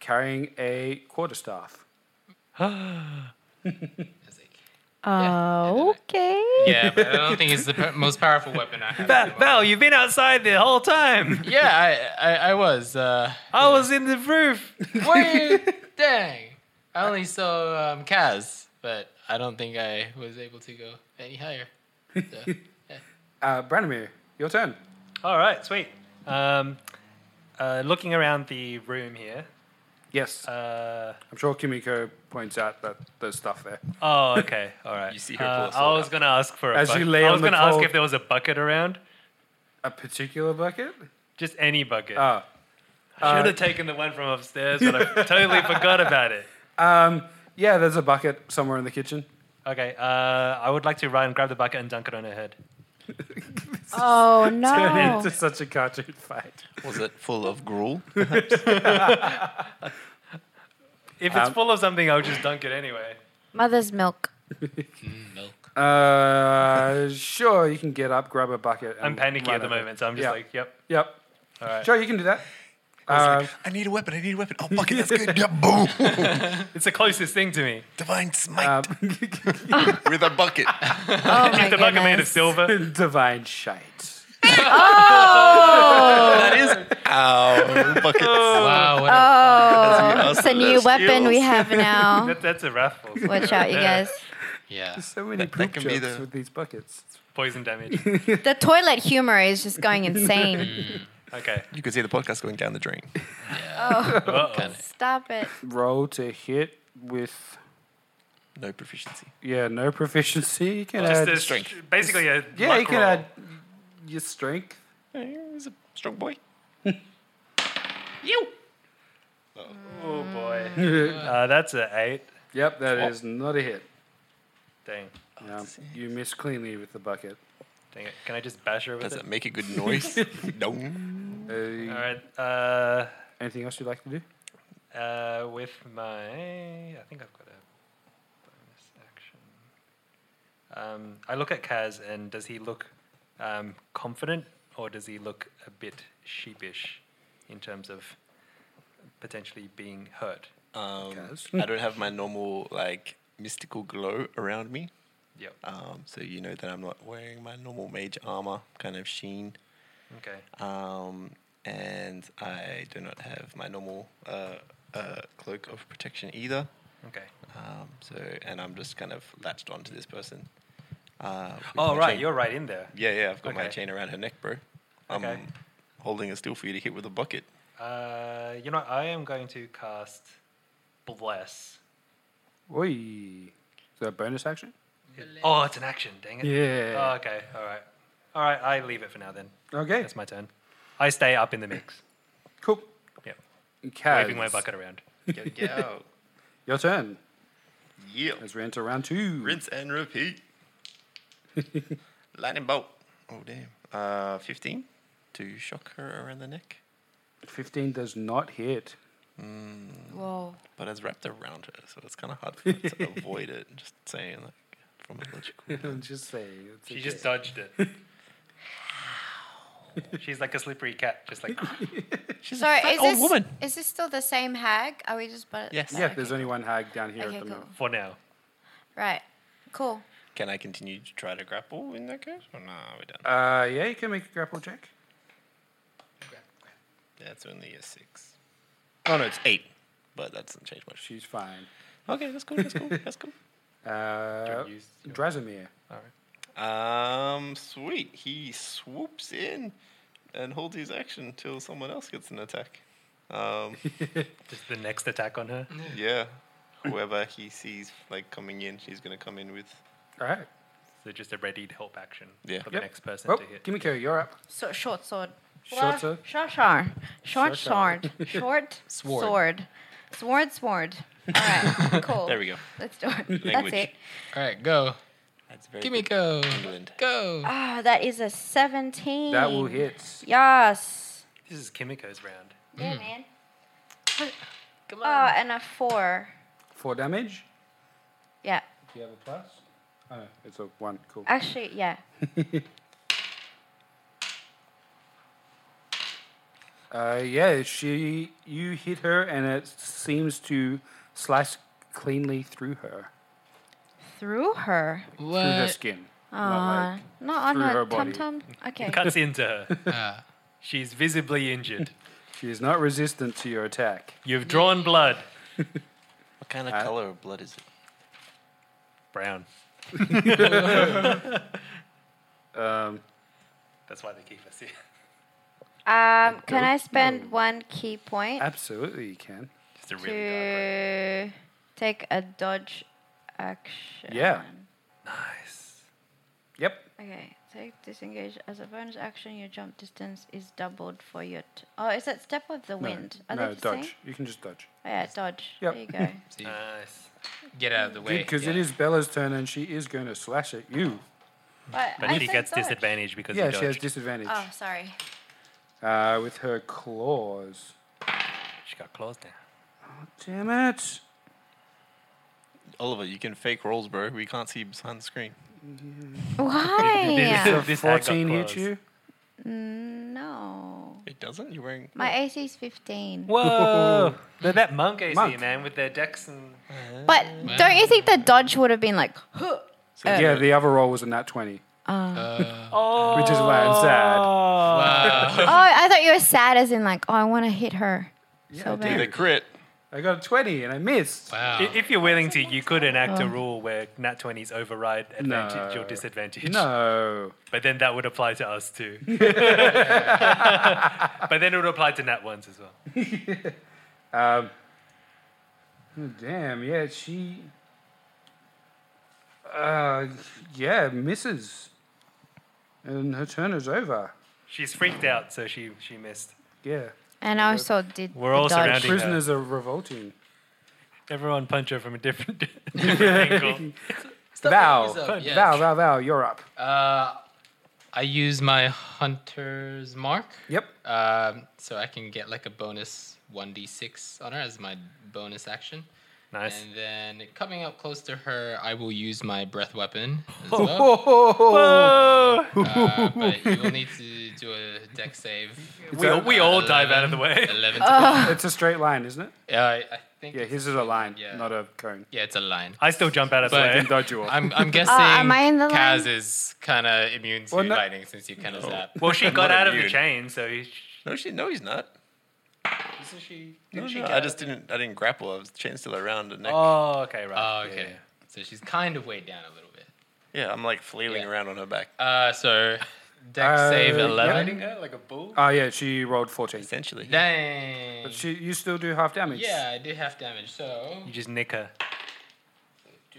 Speaker 1: carrying a quarterstaff.
Speaker 2: Oh,
Speaker 3: it's like, yeah,
Speaker 2: okay.
Speaker 3: yeah, but I don't think it's the p- most powerful weapon I have. at the
Speaker 5: Val, Val,
Speaker 3: moment.
Speaker 5: you've been outside the whole time.
Speaker 3: Yeah, I, I, I was. Uh,
Speaker 5: I was in the roof.
Speaker 3: were you? Dang, I only saw um, Kaz, but I don't think I was able to go any higher. So,
Speaker 1: Uh, Branimir, your turn.
Speaker 5: All right, sweet. Um, uh, looking around the room here.
Speaker 1: Yes,
Speaker 5: Uh,
Speaker 1: I'm sure Kimiko points out that there's stuff there.
Speaker 5: oh, okay. All right.
Speaker 4: You see her
Speaker 5: Uh,
Speaker 4: pull a
Speaker 5: I was gonna ask for a
Speaker 1: As
Speaker 5: buck-
Speaker 1: you lay
Speaker 5: I
Speaker 1: on
Speaker 5: was
Speaker 1: the
Speaker 5: gonna ask
Speaker 1: cold-
Speaker 5: if there was a bucket around.
Speaker 1: A particular bucket?
Speaker 5: Just any bucket.
Speaker 1: Ah, Uh,
Speaker 5: I should have taken the one from upstairs, but I totally forgot about it.
Speaker 1: Um, yeah. There's a bucket somewhere in the kitchen.
Speaker 5: Okay, uh, I would like to run, grab the bucket, and dunk it on her head.
Speaker 2: Oh no.
Speaker 1: It's such a cartoon fight.
Speaker 4: Was it full of gruel?
Speaker 5: If
Speaker 3: Um,
Speaker 5: it's full of something, I would just dunk it anyway.
Speaker 2: Mother's milk.
Speaker 3: milk.
Speaker 1: Uh, sure, you can get up, grab a bucket.
Speaker 5: I'm
Speaker 1: and
Speaker 5: panicky
Speaker 1: run
Speaker 5: at the
Speaker 1: over.
Speaker 5: moment, so I'm just
Speaker 1: Yeah.
Speaker 5: like, yep.
Speaker 1: Yep.
Speaker 5: right.
Speaker 1: Sure, you can do that. Uh,
Speaker 4: I need a weapon. I need a weapon. Oh, fuck it. That's good. Yeah, boom.
Speaker 5: It's the closest thing to me. Um,
Speaker 4: Divine smite with a bucket.
Speaker 2: Oh my
Speaker 5: The bucket made of silver.
Speaker 1: divine shite.
Speaker 5: Oh!
Speaker 4: That is ow buckets.
Speaker 3: Wow, what a
Speaker 2: Oh, it's a new weapon we have now.
Speaker 5: That, that's a raffle.
Speaker 2: Watch out, you guys.
Speaker 3: yeah.
Speaker 1: So many
Speaker 4: that
Speaker 1: poop
Speaker 4: can be
Speaker 1: jokes
Speaker 4: the-
Speaker 1: with these buckets.
Speaker 5: Poison damage.
Speaker 2: The toilet humor is just going insane.
Speaker 5: Mm. Okay.
Speaker 4: You can see the podcast going down the drain.
Speaker 5: Uh-oh.
Speaker 2: Oh, Stop it.
Speaker 1: Roll to hit with
Speaker 4: No proficiency.
Speaker 1: yeah, no proficiency. You can
Speaker 5: Oh, Just
Speaker 1: add
Speaker 5: a
Speaker 4: strength.
Speaker 5: Basically, a
Speaker 1: yeah,
Speaker 5: luck
Speaker 1: you can
Speaker 5: roll.
Speaker 1: add your strength.
Speaker 4: He's a strong boy.
Speaker 5: Oh boy. uh, that's a eight.
Speaker 1: Yep, that is not a hit.
Speaker 5: Dang.
Speaker 1: Um, you miss cleanly with the bucket.
Speaker 5: Dang it. Can I just bash her with
Speaker 4: Does
Speaker 5: it?
Speaker 4: that make a good noise? no.
Speaker 1: Uh,
Speaker 5: All right. Uh,
Speaker 1: Anything else you'd like to do?
Speaker 5: Uh, with my, I think I've got a bonus action. Um, I look at Kaz, and does he look um, confident, or does he look a bit sheepish in terms of potentially being hurt?
Speaker 4: Um, I don't have my normal like mystical glow around me,
Speaker 5: Yep.
Speaker 4: um, so you know that I'm not wearing my normal mage armor kind of sheen,
Speaker 5: Okay.
Speaker 4: um, and I do not have my normal uh, uh, cloak of protection either.
Speaker 5: Okay.
Speaker 4: Um, so, and I'm just kind of latched onto this person. Uh, with
Speaker 5: Oh
Speaker 4: my
Speaker 5: right,
Speaker 4: chain.
Speaker 5: you're right in there.
Speaker 4: Yeah, yeah. I've got my
Speaker 5: Okay.
Speaker 4: chain around her neck, bro. I'm
Speaker 5: Okay.
Speaker 4: holding a steel for you to hit with a bucket.
Speaker 5: Uh, you know, I am going to cast bless.
Speaker 1: Oi. Is that a bonus action?
Speaker 5: Oh, it's an action. Dang it.
Speaker 1: Yeah.
Speaker 5: Oh, okay. All right. All right. I leave it for now then.
Speaker 1: okay.
Speaker 5: That's my turn. I stay up in the mix.
Speaker 1: Cool.
Speaker 5: Yep.
Speaker 1: Kaz,
Speaker 5: waving my bucket around.
Speaker 4: Yo, yo.
Speaker 1: Your turn.
Speaker 4: yeah.
Speaker 1: As we enter round two.
Speaker 4: Rinse and repeat. Lightning bolt. Oh damn. Uh, fifteen to shock her around the neck,
Speaker 1: Fifteen does not hit.
Speaker 2: Whoa.
Speaker 4: but it's wrapped around her, so it's kind of hard for her to avoid it. Just saying, like from a logical.
Speaker 1: I'm just saying. It's
Speaker 5: She
Speaker 1: okay.
Speaker 5: just dodged it. She's like a slippery cat, just like
Speaker 4: She's
Speaker 2: Sorry,
Speaker 4: a fat
Speaker 2: is
Speaker 4: old
Speaker 2: this,
Speaker 4: woman.
Speaker 2: is this still the same hag? Are we just but
Speaker 4: Yes.
Speaker 1: Yeah, there's only one hag down here
Speaker 2: Okay,
Speaker 1: at the
Speaker 2: cool.
Speaker 1: moment.
Speaker 5: for now.
Speaker 2: Right. Cool.
Speaker 4: Can I continue to try to grapple in that case? Or nah, we're done.
Speaker 1: Uh, yeah, you can make a grapple check.
Speaker 4: That's only a six. Oh no, it's eight. But that doesn't change much.
Speaker 1: She's fine.
Speaker 4: Okay, that's cool. That's cool. that's cool.
Speaker 1: Uh,
Speaker 3: use your-
Speaker 1: Drasimir.
Speaker 4: Um, sweet. He swoops in and holds his action until someone else gets an attack. Um,
Speaker 5: Just the next attack on her.
Speaker 4: yeah. Whoever he sees like coming in, he's gonna come in with.
Speaker 1: All right.
Speaker 5: So just a ready to help action
Speaker 4: Yeah.
Speaker 5: for the
Speaker 1: Yep.
Speaker 5: next person
Speaker 1: Oh,
Speaker 5: to hit.
Speaker 1: give me carry. You're up.
Speaker 2: So short sword.
Speaker 1: Short sword?
Speaker 2: Short sword. Short
Speaker 1: Short sword.
Speaker 2: sword. Short
Speaker 3: Sword.
Speaker 2: sword. Sword sword. All right. Cool.
Speaker 4: There we go.
Speaker 2: Let's do it.
Speaker 4: Language.
Speaker 2: That's it.
Speaker 3: All right, go.
Speaker 4: That's very.
Speaker 3: Give me go.
Speaker 4: England.
Speaker 3: Go.
Speaker 2: Ah, that is a 17.
Speaker 1: That will hit.
Speaker 2: Yes.
Speaker 5: This is Kimiko's round.
Speaker 2: Yeah, man.
Speaker 3: Come
Speaker 2: Oh, and a 4.
Speaker 1: Four damage.
Speaker 2: Yeah.
Speaker 1: Do you have a plus? Oh, no, it's a one. Cool.
Speaker 2: Actually, yeah.
Speaker 1: Uh, yeah, she. You hit her, and it seems to slice cleanly through her,
Speaker 2: Through her.
Speaker 1: through her
Speaker 3: What?
Speaker 1: skin.
Speaker 2: Uh,
Speaker 1: Not like-
Speaker 2: not on
Speaker 1: through her
Speaker 2: her
Speaker 1: body.
Speaker 2: tum tum. Okay.
Speaker 5: Cuts into her.
Speaker 3: Uh,
Speaker 5: She's visibly injured.
Speaker 1: she is not resistant to your attack. Uh,
Speaker 5: You've drawn blood.
Speaker 4: What kind of color of blood is it?
Speaker 5: Brown. That's why they keep us here.
Speaker 2: Um, can I spend one key point
Speaker 1: Absolutely, you can.
Speaker 5: Just a really
Speaker 2: to
Speaker 5: dark
Speaker 2: take a dodge action?
Speaker 1: Yeah.
Speaker 5: room. Nice.
Speaker 1: Yep.
Speaker 2: Okay. Take disengage as a bonus action. Your jump distance is doubled for your. T- oh, is that step of the wind? Are
Speaker 1: no,
Speaker 2: they the
Speaker 1: dodge.
Speaker 2: same?
Speaker 1: You can just dodge.
Speaker 2: Oh, yeah, dodge.
Speaker 1: Yep.
Speaker 2: There you go.
Speaker 3: so you
Speaker 5: Nice.
Speaker 3: get out of the way.
Speaker 1: Because it
Speaker 3: Yeah.
Speaker 1: is Bella's turn, and she is going to slash at you.
Speaker 2: But,
Speaker 5: But
Speaker 2: I
Speaker 5: she
Speaker 2: said
Speaker 5: gets
Speaker 2: dodge.
Speaker 5: disadvantage because
Speaker 1: yeah,
Speaker 5: you
Speaker 1: she has
Speaker 5: dodged.
Speaker 1: disadvantage
Speaker 2: Oh, sorry.
Speaker 1: uh, with her claws.
Speaker 5: she got claws now.
Speaker 1: Damn it!
Speaker 4: Oliver, you can fake rolls, bro. We can't see behind the screen.
Speaker 2: Why?
Speaker 1: So
Speaker 5: This guy got
Speaker 1: 14 hit
Speaker 5: claws.
Speaker 1: you.
Speaker 2: no.
Speaker 4: It doesn't. You're wearing.
Speaker 2: Mm, My AC is 15.
Speaker 5: Whoa! They're that monk AC,
Speaker 1: Monk.
Speaker 5: man, with their decks and.
Speaker 2: But don't you think the dodge would have been like, huh? Uh,
Speaker 1: yeah, the other roll was a nat 20,
Speaker 3: Uh,
Speaker 5: Oh!
Speaker 1: which is why I'm sad.
Speaker 2: oh, I thought you were sad as in like, oh, I want to hit her. so
Speaker 1: I
Speaker 2: bad.
Speaker 4: The crit.
Speaker 1: I got a 20 and I missed.
Speaker 3: Wow.
Speaker 5: If you're willing to, you could enact a rule where nat 20s override advantage
Speaker 1: No.
Speaker 5: or disadvantage.
Speaker 1: No.
Speaker 5: But then that would apply to us too. but then it would apply to nat 1s as well.
Speaker 1: Um, Damn, yeah, she. Uh, yeah, misses. And her turn is over.
Speaker 5: She's freaked out, so she, she missed.
Speaker 1: Yeah.
Speaker 2: And I also did
Speaker 5: We're
Speaker 2: the
Speaker 5: all
Speaker 2: dodge.
Speaker 5: surrounded-
Speaker 1: Prisoners are revolting.
Speaker 5: Everyone punch her from a different, different angle.
Speaker 1: uh, Val,
Speaker 3: He's up, uh, yeah.
Speaker 1: Val, Val, Val, you're up.
Speaker 3: Uh, I use my hunter's mark.
Speaker 1: Yep.
Speaker 3: Um, so I can get like a bonus 1d6 on her as my bonus action.
Speaker 5: Nice.
Speaker 3: And then coming up close to her, I will use my breath weapon as
Speaker 1: Oh,
Speaker 3: well.
Speaker 1: ho, ho, ho.
Speaker 3: Uh, but you will need to do a deck save.
Speaker 5: We, all- we all dive out of the way.
Speaker 3: 11 to uh,
Speaker 1: It's a straight line, isn't it?
Speaker 3: I, I think.
Speaker 1: Yeah,
Speaker 3: it's-
Speaker 1: his is a line,
Speaker 3: Yeah.
Speaker 1: not a cone.
Speaker 3: yeah, it's a line.
Speaker 5: I still jump out of the
Speaker 3: But-
Speaker 5: way.
Speaker 1: Dodge you off.
Speaker 3: I'm, I'm guessing
Speaker 2: Uh, am I in the
Speaker 3: Kaz
Speaker 2: line?
Speaker 3: is kind of immune to
Speaker 1: Well, no-
Speaker 3: lightning since you kind of zap.
Speaker 5: Oh. Well, she got out of the
Speaker 4: immune.
Speaker 5: chain, so he,
Speaker 4: No, she. No, he's not.
Speaker 5: isn't she?
Speaker 4: No,
Speaker 5: didn't she
Speaker 4: no,
Speaker 5: get
Speaker 4: I
Speaker 5: out
Speaker 4: just
Speaker 5: of the-
Speaker 4: didn't. I didn't grapple. I was chained still around the neck.
Speaker 5: Oh, okay, right.
Speaker 3: Oh,
Speaker 5: Yeah,
Speaker 3: okay.
Speaker 5: yeah.
Speaker 3: So she's kind of weighed down a little bit.
Speaker 4: Yeah, I'm like flailing
Speaker 3: Yeah.
Speaker 4: around on her back.
Speaker 3: Uh, so deck
Speaker 1: Uh,
Speaker 3: save
Speaker 1: yeah.
Speaker 3: 11.
Speaker 5: her like a bull.
Speaker 1: Oh, yeah, she rolled 14.
Speaker 4: Essentially.
Speaker 3: Dang.
Speaker 1: But she, you still do half damage.
Speaker 3: Yeah, I do half damage. So
Speaker 5: You just nick her.
Speaker 3: do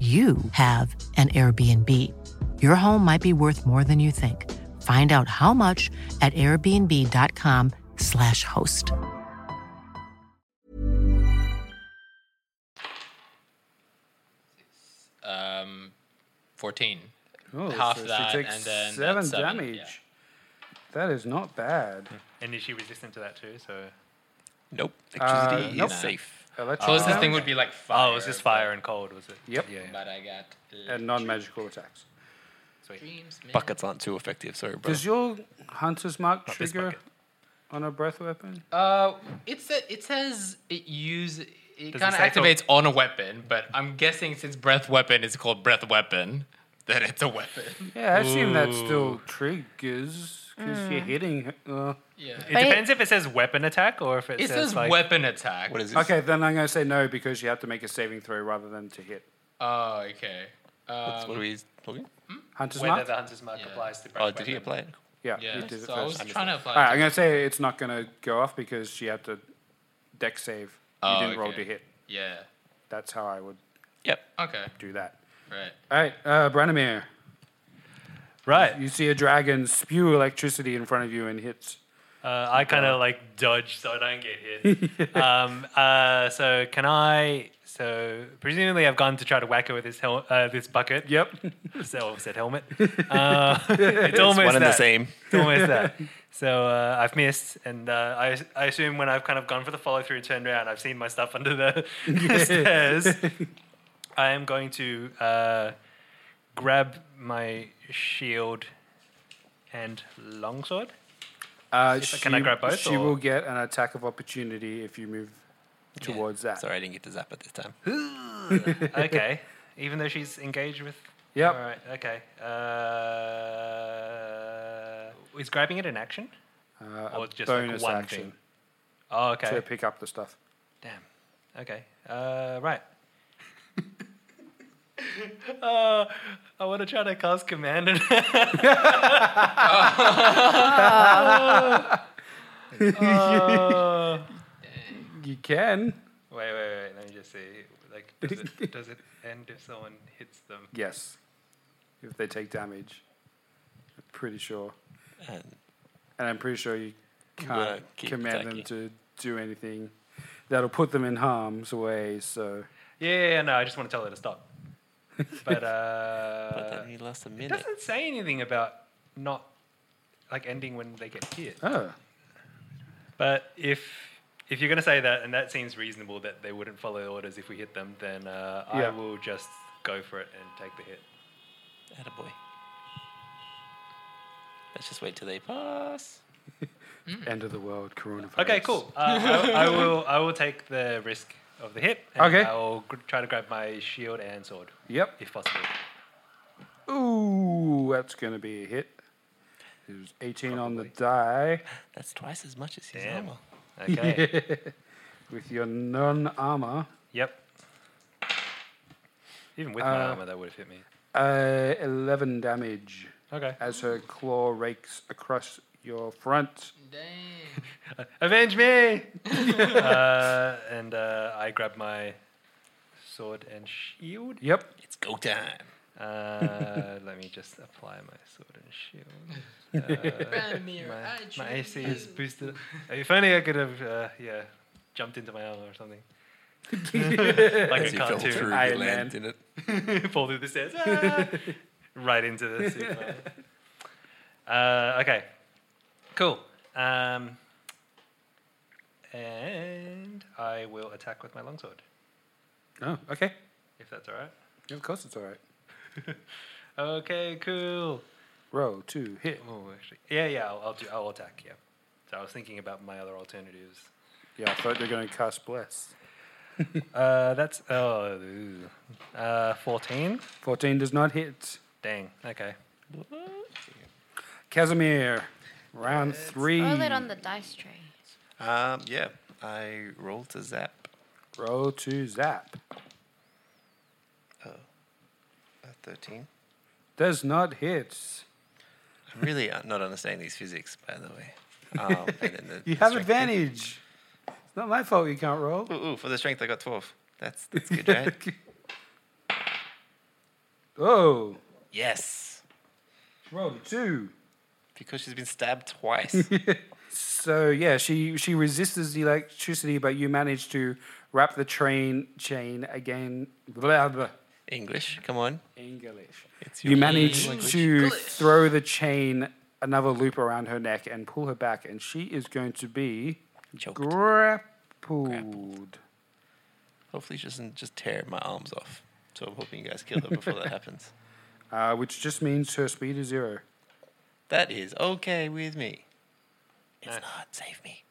Speaker 6: you have an Airbnb. Your home might be worth more than you think. Find out how much at airbnb.com/slash host.
Speaker 3: Um, fourteen.
Speaker 1: Oh,
Speaker 3: Half
Speaker 1: so
Speaker 3: that,
Speaker 1: she takes
Speaker 3: and then
Speaker 1: seven,
Speaker 3: that's seven,
Speaker 1: damage.
Speaker 3: yeah.
Speaker 1: That is not bad.
Speaker 5: Hmm. And is she resistant to that too? So
Speaker 4: Nope.
Speaker 1: Uh,
Speaker 4: Electricity
Speaker 1: nope.
Speaker 4: is safe.
Speaker 1: Electric
Speaker 3: Closest
Speaker 1: damage
Speaker 3: thing would be like fire.
Speaker 5: oh, it was just fire and cold, was it?
Speaker 1: Yep.
Speaker 5: Yeah. yeah.
Speaker 3: But I got
Speaker 1: and non-magical attacks.
Speaker 3: dreams. man.
Speaker 4: Buckets aren't too effective, sorry, bro.
Speaker 1: Does your hunter's mark
Speaker 5: this
Speaker 1: trigger
Speaker 5: bucket.
Speaker 1: on a breath weapon?
Speaker 3: Uh, it says it says it use it
Speaker 5: Does it
Speaker 3: kind of
Speaker 5: say so?
Speaker 3: activates on a weapon, but I'm guessing since breath weapon is called breath weapon, that it's a weapon.
Speaker 1: Yeah, I assume that still triggers because
Speaker 3: Hmm.
Speaker 1: you're hitting. Uh,
Speaker 5: It
Speaker 2: But it-
Speaker 5: depends if it says weapon attack or if it,
Speaker 3: It
Speaker 5: says,
Speaker 3: says
Speaker 5: like,
Speaker 3: weapon attack.
Speaker 4: what is this?
Speaker 1: okay, then I'm gonna say no because you have to make a saving throw rather than to hit.
Speaker 3: Oh, okay. Um,
Speaker 4: What's- what are we talking?
Speaker 3: hmm?
Speaker 1: Hunter's
Speaker 5: whether
Speaker 1: mark.
Speaker 5: the hunter's mark applies to breath
Speaker 4: Oh, did he
Speaker 5: weapon.
Speaker 4: apply it?
Speaker 1: yeah, you
Speaker 3: Yeah.
Speaker 1: did it
Speaker 3: So I was
Speaker 1: first.
Speaker 3: trying to
Speaker 1: All right,
Speaker 3: apply.
Speaker 1: I'm gonna say it's not gonna go off because you have to deck save. You
Speaker 3: Oh,
Speaker 1: didn't roll
Speaker 3: okay.
Speaker 1: to hit.
Speaker 3: Yeah.
Speaker 1: That's how I would
Speaker 4: Yep.
Speaker 3: Okay.
Speaker 1: do that.
Speaker 3: Right.
Speaker 1: All right, uh, Branimir,
Speaker 5: Right.
Speaker 1: you see a dragon spew electricity in front of you and hits.
Speaker 5: Uh, I kind of like dodge so I don't get hit. um, uh, so can I? So presumably I've gone to try to whack her with this hel- uh, this bucket.
Speaker 1: Yep.
Speaker 5: So I said helmet. Uh, it's almost
Speaker 4: One and the
Speaker 5: that.
Speaker 4: same.
Speaker 5: It's almost that. So uh, I've missed, and uh, I, I assume when I've kind of gone for the follow through and turned around, I've seen my stuff under the, the stairs. I am going to uh, grab my shield and longsword.
Speaker 1: Uh,
Speaker 5: if I- can I grab both,
Speaker 1: She
Speaker 5: or-
Speaker 1: will get an attack of opportunity if you move towards that. Uh,
Speaker 4: Sorry, I didn't get to zap at this time.
Speaker 5: okay. Even though she's engaged with.
Speaker 1: Yep.
Speaker 5: All right. Okay. Uh, is grabbing it an action?
Speaker 1: Uh,
Speaker 5: Or
Speaker 1: a
Speaker 5: just like
Speaker 1: bonus
Speaker 5: one
Speaker 1: action
Speaker 5: thing? Oh,
Speaker 1: to
Speaker 5: okay.
Speaker 1: pick up the stuff.
Speaker 5: Damn. Okay. Uh, right. uh, I want to try to cast command. And Uh,
Speaker 1: You can.
Speaker 5: wait, wait, wait. Let me just see. Like, does it, does it end if someone hits them?
Speaker 1: Yes. If they take damage. I'm pretty sure.
Speaker 4: And
Speaker 1: And I'm pretty sure you
Speaker 4: wanna
Speaker 1: can't
Speaker 4: keep
Speaker 1: command
Speaker 4: attacking.
Speaker 1: them to do anything that'll put them in harm's way. So
Speaker 5: Yeah, yeah, yeah, no, I just want to tell her to stop. But uh,
Speaker 4: but then he lost a
Speaker 5: it
Speaker 4: minute.
Speaker 5: doesn't say anything about not like ending when they get hit.
Speaker 1: Oh.
Speaker 5: But if if you're going to say that, and that seems reasonable that they wouldn't follow orders if we hit them, then uh,
Speaker 1: Yeah.
Speaker 5: I will just go for it and take the hit.
Speaker 4: Attaboy. Let's just wait till they pass.
Speaker 1: End of the world, coronavirus.
Speaker 5: Okay, cool. Uh, I, I will I will take the risk of the hit. And
Speaker 1: Okay.
Speaker 5: I will gr- try to grab my shield and sword
Speaker 1: Yep.
Speaker 5: if possible.
Speaker 1: Ooh, that's gonna be a hit. It was 18 on the die
Speaker 4: That's twice as much as his
Speaker 5: Damn.
Speaker 4: normal.
Speaker 5: Okay.
Speaker 1: with your non-armor.
Speaker 5: Yep. Even with my
Speaker 1: Uh,
Speaker 5: armor, that would have hit me.
Speaker 1: Uh, 11 Uh, damage.
Speaker 5: Okay.
Speaker 1: as her claw rakes across your front.
Speaker 3: Dang.
Speaker 5: Avenge me! uh, and uh, I grab my sword and shield.
Speaker 1: Yep.
Speaker 4: It's go time.
Speaker 5: Uh, let me just apply my sword and shield. Uh,
Speaker 3: Branimir,
Speaker 5: my,
Speaker 3: I
Speaker 5: my
Speaker 3: choose
Speaker 5: AC is
Speaker 3: you.
Speaker 5: boosted. If only I could have, uh, yeah, jumped into my armor or something. like
Speaker 4: As
Speaker 5: a
Speaker 4: he fell through,
Speaker 5: cartoon.
Speaker 4: he
Speaker 1: Iron
Speaker 4: landed in it.
Speaker 5: fall through the stairs. Ah! right into the supermarket. uh, okay. Cool. Um, and I will attack with my longsword,
Speaker 1: Oh, okay.
Speaker 5: if that's all right.
Speaker 1: Yeah, of course it's all right.
Speaker 5: Okay, cool.
Speaker 1: Row two hit.
Speaker 5: Oh, actually, yeah, yeah, I'll, I'll do. I'll attack. Yeah. So I was thinking about my other alternatives.
Speaker 1: Yeah, I thought they were going to cast bless.
Speaker 5: Uh, that's oh, ooh. uh, fourteen.
Speaker 1: Fourteen does not hit.
Speaker 5: Dang. Okay.
Speaker 1: Casimir, round three.
Speaker 2: Roll it on the dice tray.
Speaker 4: Um, yeah, I rolled to zap
Speaker 1: Row two zap.
Speaker 4: Oh. at 13.
Speaker 1: Does not hit.
Speaker 4: I'm really uh, not understanding these physics, by the way. Um, and then the,
Speaker 1: You
Speaker 4: the
Speaker 1: have
Speaker 4: strength-
Speaker 1: advantage. It's not my fault you can't roll.
Speaker 4: Ooh, ooh, for the strength, I got 12. That's, that's good, right?
Speaker 1: Oh,
Speaker 4: yes.
Speaker 1: roll a two.
Speaker 4: Because she's been stabbed twice.
Speaker 1: So yeah, she she resists the electricity, but you manage to wrap the train chain again. Blah, blah.
Speaker 4: English, come on.
Speaker 1: English.
Speaker 4: It's
Speaker 1: You manage to throw the chain another loop around her neck and pull her back, and she is going to be
Speaker 4: Choked.
Speaker 1: grappled.
Speaker 4: Hopefully, she doesn't just tear my arms off. So I'm hoping you guys kill her before that happens.
Speaker 1: Uh, which just means her speed is zero.
Speaker 4: That is okay with me. It's not. Save me.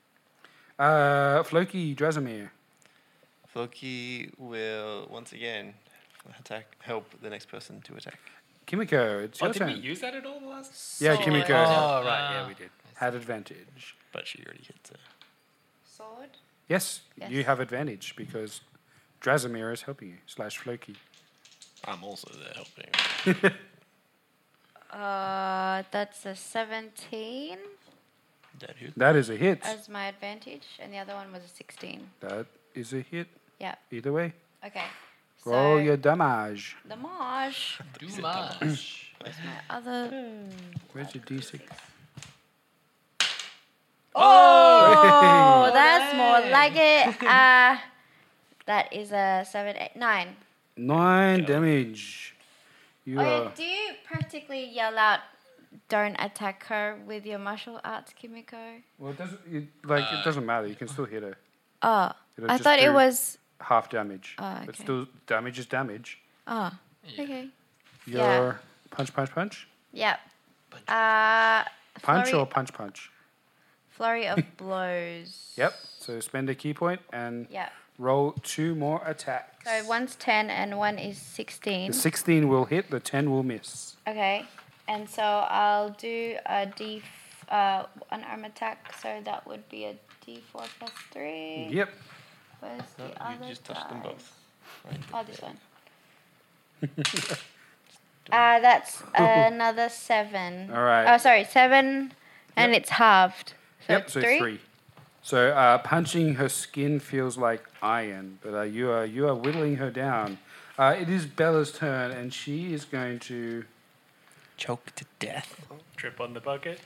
Speaker 1: Uh, Floki Drasimir.
Speaker 4: Floki will once again attack. Help the next person to attack.
Speaker 1: Kimiko, it's
Speaker 4: Oh,
Speaker 1: your turn.
Speaker 5: use that at all the last?
Speaker 1: yeah, Kimiko
Speaker 3: Oh, right,
Speaker 5: yeah, we did.
Speaker 1: had advantage.
Speaker 4: But she already hit. So.
Speaker 2: Sword?
Speaker 1: Yes, you
Speaker 2: Yes.
Speaker 1: have advantage because Drasimir is helping you, slash Floki.
Speaker 4: I'm also there helping.
Speaker 2: Uh, that's a 17
Speaker 4: That who?
Speaker 1: That is a hit.
Speaker 2: as my advantage, and the other one was a 16.
Speaker 1: That is a hit
Speaker 2: Yeah.
Speaker 1: either way.
Speaker 2: Okay. So
Speaker 1: Roll your damage.
Speaker 2: the Marsh,
Speaker 3: Do much.
Speaker 2: my other.
Speaker 1: Where's your d6?
Speaker 2: Oh, that's more like it. Uh, that is a seven, eight, nine.
Speaker 1: Nine damage. You
Speaker 2: Oh, yeah,
Speaker 1: are.
Speaker 2: do you practically yell out, "Don't attack her" with your martial arts, Kimiko?
Speaker 1: Well, it doesn't, it, like, it doesn't matter. You can still hit her.
Speaker 2: Oh,
Speaker 1: It'll
Speaker 2: I
Speaker 1: just
Speaker 2: thought it
Speaker 1: do
Speaker 2: was.
Speaker 1: half damage.
Speaker 2: Oh,
Speaker 1: But
Speaker 2: okay.
Speaker 1: still, damage is damage.
Speaker 2: Oh, okay.
Speaker 1: Your
Speaker 2: Yeah.
Speaker 1: punch, punch, punch.
Speaker 2: Yep. Uh,
Speaker 1: Punch
Speaker 2: flurry,
Speaker 1: or punch, punch?
Speaker 2: flurry of blows.
Speaker 1: Yep. So spend a key point and
Speaker 2: Yep.
Speaker 1: roll two more attacks.
Speaker 2: So one's ten and one is sixteen.
Speaker 1: The 16 will hit, the 10 will miss.
Speaker 2: Okay, and so I'll do a D, f- uh, an arm attack. So that would be a D four plus three.
Speaker 1: Yep.
Speaker 2: Where's the other
Speaker 4: You just touched them
Speaker 2: die?
Speaker 4: both. Right?
Speaker 2: Oh, this one. uh, that's another seven.
Speaker 1: All right.
Speaker 2: Oh, sorry, seven, and it's halved. So
Speaker 1: yep.
Speaker 2: it's
Speaker 1: So
Speaker 2: three.
Speaker 1: three. So uh, punching her skin feels like iron, but uh, you are you are whittling her down. Uh, it is Bella's turn, and she is going to.
Speaker 4: Choke to death.
Speaker 5: Trip on the bucket.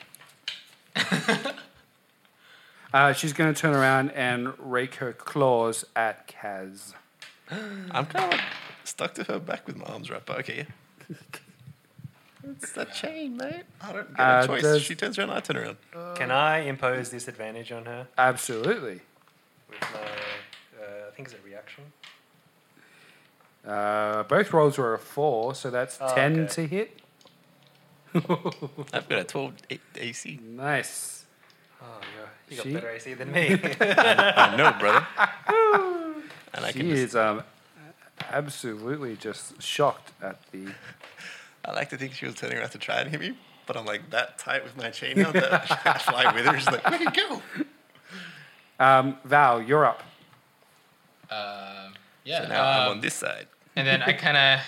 Speaker 1: Uh, she's going to turn around and rake her claws at Kaz.
Speaker 4: I'm kind of like stuck to her back with my arms wrapped. But okay, yeah. it's that chain, mate. I don't get
Speaker 1: Uh,
Speaker 4: a choice.
Speaker 1: does-
Speaker 4: She turns around, I turn around.
Speaker 5: Can I impose disadvantage on her
Speaker 1: Absolutely.
Speaker 5: with my? Uh, I think it's a reaction.
Speaker 1: Uh, both rolls were a four, so that's
Speaker 5: Oh,
Speaker 1: ten
Speaker 5: okay.
Speaker 1: to hit.
Speaker 4: I've got a 12 A- AC.
Speaker 1: Nice.
Speaker 5: Oh, yeah. You got
Speaker 1: She-
Speaker 5: better AC than me.
Speaker 4: I know, brother. and I
Speaker 1: She
Speaker 4: can just
Speaker 1: is um, absolutely just shocked at the
Speaker 4: I like to think she was turning around to try and hit me, but I'm like that tight with my chain now that I can't fly with her. She's like, where'd you go?
Speaker 1: um, Val. You're up.
Speaker 3: Um, yeah.
Speaker 4: So now I'm
Speaker 3: um,
Speaker 4: on this side.
Speaker 3: And then I kind of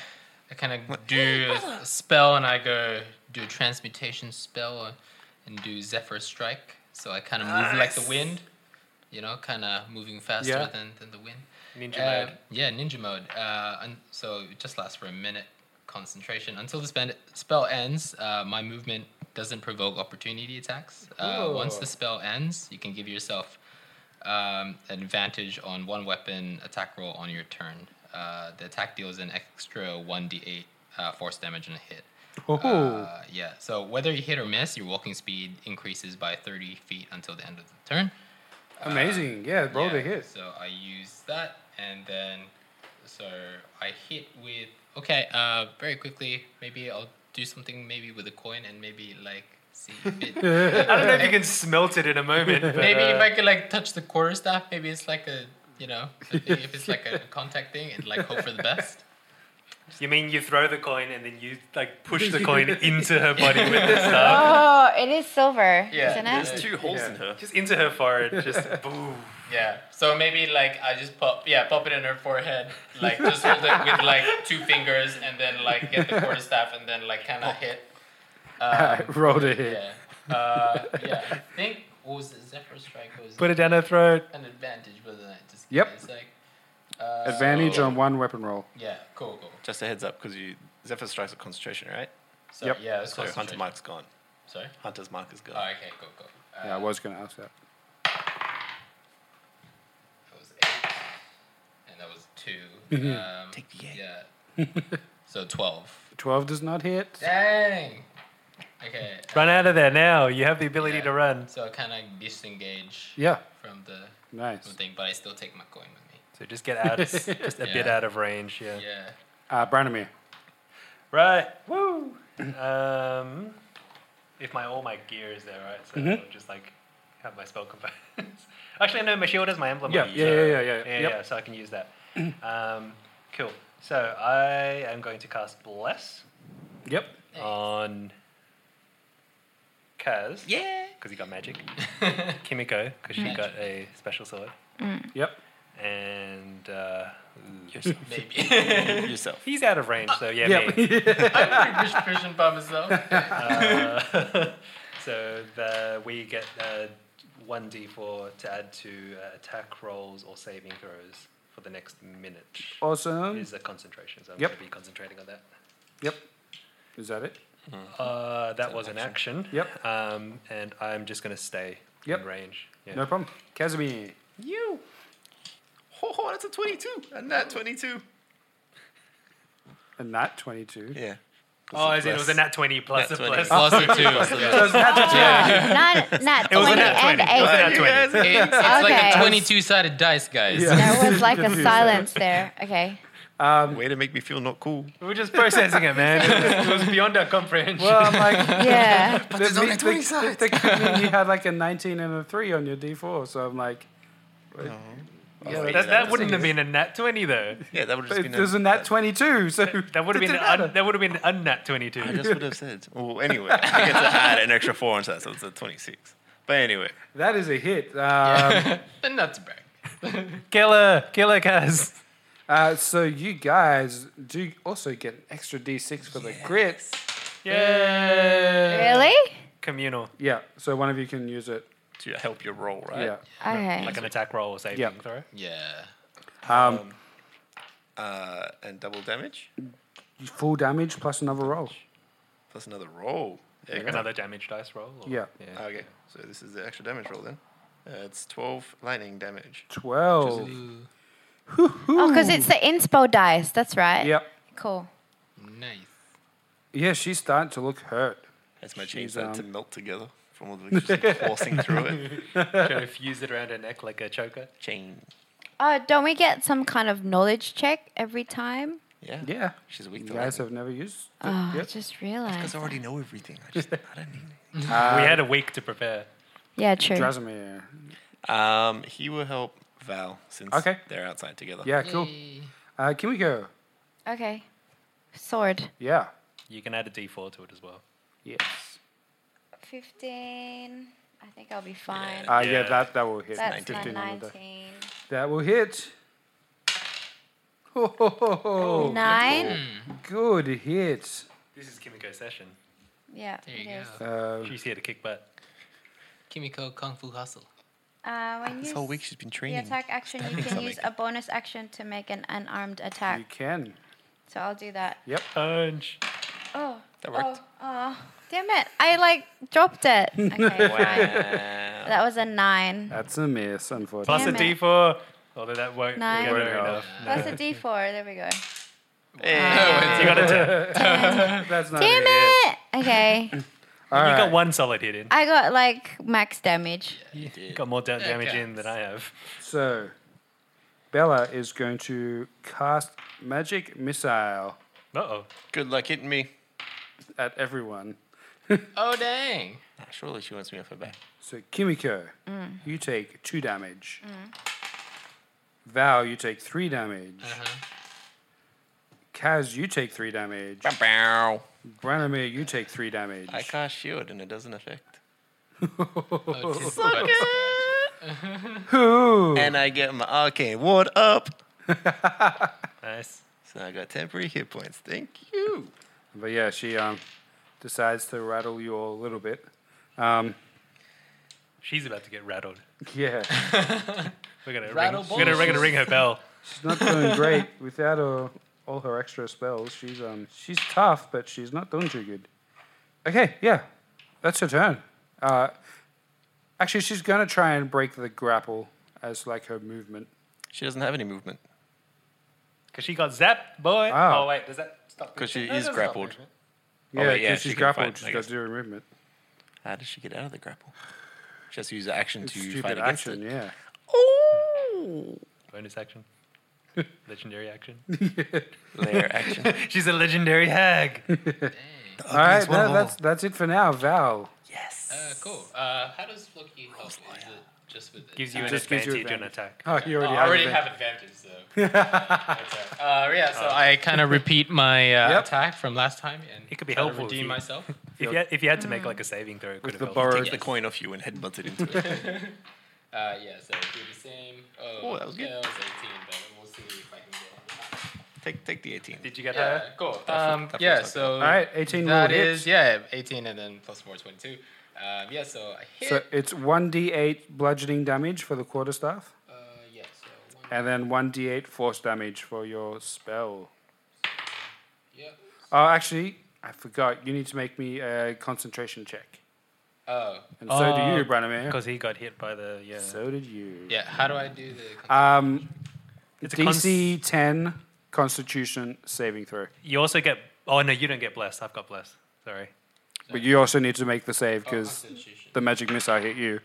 Speaker 3: I kind of do a, a spell and I go do a transmutation spell or- and do Zephyr Strike. So I kind of move like the wind, you know, kind of moving faster
Speaker 1: Yeah.
Speaker 3: than, than the wind.
Speaker 5: Ninja
Speaker 3: Uh,
Speaker 5: mode.
Speaker 3: yeah, ninja mode. Uh, and so it just lasts for a minute. Concentration until the spend- spell ends. Uh, my movement doesn't provoke opportunity attacks. Uh, once the spell ends, you can give yourself um, an advantage on one weapon attack roll on your turn. Uh, the attack deals an extra 1d8 uh, force damage on a hit.
Speaker 1: Oh,
Speaker 3: Uh, yeah, so whether you hit or miss, your walking speed increases by 30 feet until the end of the turn.
Speaker 1: amazing. Yeah, roll the
Speaker 3: Yeah,
Speaker 1: hit.
Speaker 3: So I use that, and then so I hit with okay. Uh, very quickly, maybe I'll do something maybe with a coin, and maybe like see if it.
Speaker 5: I don't know if you can smelt it in a moment. But,
Speaker 3: maybe
Speaker 5: uh,
Speaker 3: if I could like touch the quarter staff, maybe it's like a you know a thing, if it's like a contact thing, and like hope for the best.
Speaker 5: you mean you throw the coin and then you like push the coin into her body with the staff,
Speaker 2: Oh, it is silver,
Speaker 3: Yeah,
Speaker 2: isn't
Speaker 3: it
Speaker 2: it?
Speaker 3: is.
Speaker 4: Two holes in her.
Speaker 5: just into her forehead, just boom.
Speaker 3: Yeah. So maybe like I just pop yeah pop it in her forehead, like just hold it with like two fingers, and then like get the quarter staff, and then like kind of hit. Um,
Speaker 1: roll the hit.
Speaker 3: Yeah. Uh, yeah. I think what was it? Zephyr Strike was
Speaker 5: Put it down her throat.
Speaker 3: an advantage, wasn't it? Just
Speaker 1: Yep.
Speaker 3: It's like, uh,
Speaker 1: Advantage
Speaker 3: so-
Speaker 1: on one weapon roll.
Speaker 3: Yeah. Cool. Cool.
Speaker 4: Just a heads up, because you Zephyr strikes with concentration, right?
Speaker 3: So,
Speaker 1: Yep.
Speaker 3: Yeah.
Speaker 4: So Hunter Mark's gone.
Speaker 3: Sorry.
Speaker 4: Hunter's Mark is gone.
Speaker 3: Oh, okay. Cool. Cool. Uh,
Speaker 1: Yeah, I was going to ask that.
Speaker 3: That was eight, and that was two. Um, Take the eight. Yeah. so twelve.
Speaker 1: 12 does not hit.
Speaker 3: Dang. Okay.
Speaker 5: Run out of there now. You have the ability
Speaker 3: Yeah.
Speaker 5: to run.
Speaker 3: So I kind of disengage.
Speaker 1: Yeah.
Speaker 3: From the
Speaker 1: Nice.
Speaker 3: thing, but I still take my coin with me.
Speaker 5: So just get out, just a bit
Speaker 3: Yeah.
Speaker 5: out of range. Yeah.
Speaker 3: Yeah.
Speaker 1: Uh, Branimir.
Speaker 5: Right. Woo. um, if my all my gear is there, right? So
Speaker 1: Mm-hmm.
Speaker 5: I'll just like have my spell components. Actually, no, my shield is my emblem.
Speaker 1: Yeah,
Speaker 5: on it,
Speaker 1: yeah,
Speaker 5: so-
Speaker 1: yeah, yeah, yeah,
Speaker 5: yeah,
Speaker 1: yep.
Speaker 5: yeah, So I can use that. um, cool. So I am going to cast bless
Speaker 1: Yep.
Speaker 5: on Kaz.
Speaker 3: Yeah.
Speaker 5: Because he got magic. Kimiko, because she got a special sword. Mm.
Speaker 1: Yep.
Speaker 5: And uh,
Speaker 4: Yourself.
Speaker 3: Maybe.
Speaker 4: Yourself.
Speaker 5: he's out of range, so yeah,
Speaker 1: Yep.
Speaker 5: me.
Speaker 3: I'm pretty proficient by myself.
Speaker 5: Uh, so the, we get uh, 1d4 to add to uh, attack rolls or saving throws for the next minute.
Speaker 1: awesome.
Speaker 5: Is a concentration, so I'm
Speaker 1: Yep.
Speaker 5: going to be concentrating on that.
Speaker 1: Yep. Is that it?
Speaker 5: Uh, that was an action.
Speaker 1: Yep.
Speaker 5: Um, and I'm just going to stay
Speaker 1: Yep.
Speaker 5: in range. Yeah.
Speaker 1: No problem. Casimir.
Speaker 4: You. Oh, that's a 22. And that 22.
Speaker 1: And that 22.
Speaker 4: Yeah.
Speaker 5: Oh, as in it was a
Speaker 4: Bless.
Speaker 5: nat 20 plus
Speaker 4: Nat
Speaker 5: a
Speaker 4: 20.
Speaker 5: plus.
Speaker 3: Plus a two. Yeah.
Speaker 2: Not, not
Speaker 5: was a
Speaker 2: 20
Speaker 5: nat
Speaker 2: and
Speaker 5: 20. It was a
Speaker 2: eight.
Speaker 5: nat
Speaker 3: It's,
Speaker 5: 20.
Speaker 3: it's like
Speaker 2: Okay.
Speaker 3: a 22 sided dice, guys.
Speaker 2: There was like a silence there. Okay.
Speaker 1: Um,
Speaker 4: Way to make me feel not cool.
Speaker 5: We We're just processing it, man. it was beyond our comprehension.
Speaker 1: Well, um, I'm like,
Speaker 2: Yeah.
Speaker 1: the, the, the, the- the- you had like a 19 and a 3 on your D4, so I'm like,
Speaker 4: Yeah,
Speaker 5: that, that wouldn't have been a nat 20, though.
Speaker 4: Yeah, that would have just
Speaker 1: it
Speaker 4: been.
Speaker 1: was a nat 22, so.
Speaker 5: That would have been
Speaker 1: Didn't
Speaker 5: an
Speaker 1: matter.
Speaker 5: un, that would have been an unnat 22.
Speaker 4: I just would have said. Well, anyway, I get to add an extra four onto that, so it's a 26. But anyway,
Speaker 1: That is a hit. Um,
Speaker 3: The nuts back.
Speaker 5: Killer, killer Kaz.
Speaker 1: uh, so you guys do also get an extra D6 for the grits.
Speaker 5: Yeah.
Speaker 2: Really?
Speaker 5: Communal.
Speaker 1: Yeah, so one of you can use it.
Speaker 4: to help your roll, right?
Speaker 1: Yeah.
Speaker 2: Okay.
Speaker 5: Like an attack roll or saving
Speaker 1: Yep.
Speaker 5: throw.
Speaker 3: Yeah.
Speaker 1: Um,
Speaker 4: Um, Uh, and double damage
Speaker 1: Full damage plus another roll.
Speaker 4: plus another roll. There you go. Ah,
Speaker 5: Another damage dice roll. Or?
Speaker 1: Yeah.
Speaker 4: Okay, so this is the extra damage roll then. Uh, it's 12 lightning damage.
Speaker 1: 12.
Speaker 2: Oh, because it's the inspo dice. That's right.
Speaker 1: Yep.
Speaker 2: Cool.
Speaker 3: Nice.
Speaker 1: Yeah, she's starting to look hurt. um,
Speaker 4: That's my chains started to melt together from all the just forcing through it.
Speaker 5: Trying to fuse it around her neck like a choker.
Speaker 4: Chain.
Speaker 2: Uh, don't we get some kind of knowledge check every time?
Speaker 4: Yeah.
Speaker 1: Yeah.
Speaker 4: She's weak
Speaker 1: You
Speaker 4: to
Speaker 1: guys
Speaker 4: lightning.
Speaker 1: have never used it.
Speaker 2: Oh, I
Speaker 1: Yep.
Speaker 2: just
Speaker 4: Because
Speaker 2: realized.
Speaker 4: I already know everything. I just I don't need it.
Speaker 1: Uh,
Speaker 5: we had a week to prepare.
Speaker 2: Yeah, true.
Speaker 1: Um, Drasimir.
Speaker 4: Um, he will help Val since
Speaker 1: Okay.
Speaker 4: they're outside together.
Speaker 1: Yeah, cool. Uh, Kimiko.
Speaker 2: Okay. Sword.
Speaker 1: Yeah.
Speaker 5: You can add a d4 to it as well.
Speaker 1: Yes.
Speaker 2: 15. I think I'll be fine.
Speaker 1: Uh, yeah.
Speaker 5: Yeah.
Speaker 1: that that will hit.
Speaker 2: That's my
Speaker 1: 15 on the die.
Speaker 2: 19.
Speaker 1: That will hit. Oh,
Speaker 2: Nine.
Speaker 5: Hmm.
Speaker 1: good hit.
Speaker 5: This is Kimiko Session.
Speaker 2: Yeah.
Speaker 3: There
Speaker 2: it
Speaker 3: you
Speaker 2: is.
Speaker 3: go.
Speaker 1: Uh,
Speaker 5: She's here to kick butt.
Speaker 3: Kimiko Kung Fu Hustle.
Speaker 2: Uh, when
Speaker 4: Ah, This
Speaker 2: you
Speaker 4: whole
Speaker 2: s-
Speaker 4: week she's been
Speaker 2: the
Speaker 4: training.
Speaker 2: attack action, you
Speaker 4: means
Speaker 2: can
Speaker 4: I'll
Speaker 2: use
Speaker 4: make
Speaker 2: a bonus action to make an unarmed
Speaker 1: you
Speaker 2: attack.
Speaker 1: can.
Speaker 2: So I'll do that.
Speaker 5: Punch.
Speaker 2: Oh.
Speaker 4: That worked.
Speaker 2: Oh, oh, damn it. I like dropped it. Okay, fine.
Speaker 5: Plus
Speaker 2: That was a nine.
Speaker 1: That's a miss, unfortunately.
Speaker 2: Plus
Speaker 5: a
Speaker 2: Damn it.
Speaker 5: D4. Although that won't
Speaker 2: Nine.
Speaker 5: get her
Speaker 1: Won't
Speaker 5: enough.
Speaker 2: That's a D4. There we go.
Speaker 5: You got a 10.
Speaker 1: That's not
Speaker 2: Damn
Speaker 1: a hit.
Speaker 2: it. Okay.
Speaker 1: All
Speaker 5: You
Speaker 1: right.
Speaker 5: got one solid hit in.
Speaker 2: I got like max damage.
Speaker 5: You got more da- damage in than I have.
Speaker 1: So, Bella is going to cast magic missile
Speaker 5: Uh oh.
Speaker 4: Good luck hitting me.
Speaker 1: at everyone.
Speaker 3: Oh dang!
Speaker 4: Ah, Surely she wants me off her back.
Speaker 1: So, Kimiko, you take two damage.
Speaker 2: Mm.
Speaker 1: Val, you take three damage.
Speaker 5: Mm-hmm.
Speaker 1: Kaz, you take three damage.
Speaker 4: Bow, bow.
Speaker 1: Branimir, you take three damage.
Speaker 4: I cast shield and it doesn't affect.
Speaker 3: Oh, tis but a scratch.
Speaker 4: And I get my arcane ward up.
Speaker 5: Nice.
Speaker 4: So I got temporary hit points. Thank you.
Speaker 1: But yeah, she um, decides to rattle you all a little bit. Um,
Speaker 5: She's about to get rattled.
Speaker 1: yeah,
Speaker 5: We're gonna
Speaker 3: Rattle
Speaker 5: ring, we're gonna, we're gonna ring her bell.
Speaker 1: she's not doing great without her, uh, all her extra spells. She's um, she's tough, but she's not doing too good. Okay, yeah, that's her turn. Uh, actually, she's gonna try and break the grapple as like her movement.
Speaker 4: She doesn't have any movement
Speaker 5: Cause she got zap, boy.
Speaker 1: Wow.
Speaker 5: Oh wait, does that stop?
Speaker 4: because she
Speaker 5: No, it
Speaker 4: is
Speaker 5: doesn't stop
Speaker 4: grappled. Oh,
Speaker 5: movement.
Speaker 1: Yeah,
Speaker 4: wait, yeah,
Speaker 1: 'cause
Speaker 4: she
Speaker 1: she's
Speaker 4: can
Speaker 1: grappled.
Speaker 4: fight, I
Speaker 1: she's got
Speaker 4: guess.
Speaker 1: zero movement.
Speaker 4: How does she get out of the grapple? She has to use her action
Speaker 1: It's
Speaker 4: to
Speaker 1: stupid
Speaker 4: fight against
Speaker 1: action.
Speaker 4: it.
Speaker 1: Yeah.
Speaker 4: Oh!
Speaker 5: Bonus action. Legendary action.
Speaker 4: Layer action.
Speaker 5: She's a legendary hag.
Speaker 1: All right,
Speaker 4: one
Speaker 1: that-
Speaker 4: of all.
Speaker 1: that's that's it for now, Val.
Speaker 3: Uh, cool. Uh, how does Floki help? Is
Speaker 4: Oh,
Speaker 3: it just with
Speaker 5: Gives you an
Speaker 1: Just gives
Speaker 5: advantage
Speaker 1: you
Speaker 5: on
Speaker 1: advantage.
Speaker 5: attack.
Speaker 1: Oh, you
Speaker 3: Oh,
Speaker 1: already,
Speaker 3: I
Speaker 1: have
Speaker 3: already
Speaker 1: advantage.
Speaker 3: have advantage though. uh, that's right. Uh, yeah, so
Speaker 5: Oh.
Speaker 3: I kind of repeat my uh,
Speaker 1: Yep.
Speaker 3: attack from last time, and
Speaker 5: It could be
Speaker 3: try to
Speaker 5: helpful if
Speaker 3: Redeem
Speaker 5: you-
Speaker 3: myself.
Speaker 5: If you, had, if you had to make like a saving throw, it could
Speaker 1: with
Speaker 5: have
Speaker 1: the
Speaker 5: helped.
Speaker 1: borrowed
Speaker 4: Take the coin off you and headbutt it into it.
Speaker 3: Uh, yeah, so do the same. Oh,
Speaker 4: Oh, that was good.
Speaker 3: Yeah, that was 18, but we'll see if I can get it.
Speaker 4: take, take the 18.
Speaker 5: Did you get
Speaker 3: Yeah,
Speaker 5: her?
Speaker 3: cool. Um,
Speaker 4: that
Speaker 3: yeah,
Speaker 4: feels okay.
Speaker 3: so.
Speaker 1: Alright, 18
Speaker 3: That
Speaker 1: will hit.
Speaker 3: is, yeah, 18 and then plus 4, 22. Um, yeah, so I hit.
Speaker 1: So it's 1d8 bludgeoning damage for the quarterstaff,
Speaker 3: uh, yeah, so. One,
Speaker 1: and then 1d8 force damage for your spell.
Speaker 3: yeah.
Speaker 1: Oh, actually, I forgot. You need to make me a concentration check.
Speaker 3: Oh,
Speaker 1: And so do
Speaker 5: Oh,
Speaker 1: you, Branimir.
Speaker 5: Because he got hit by the yeah.
Speaker 1: So did you.
Speaker 3: yeah, how do I do the.
Speaker 1: Um,
Speaker 5: It's a
Speaker 1: DC 10 Constitution saving throw.
Speaker 5: You also get. Oh no, you don't get blessed. I've got blessed. Sorry.
Speaker 1: But you also need to make the save because
Speaker 3: Constitution.
Speaker 1: the magic missile hit you.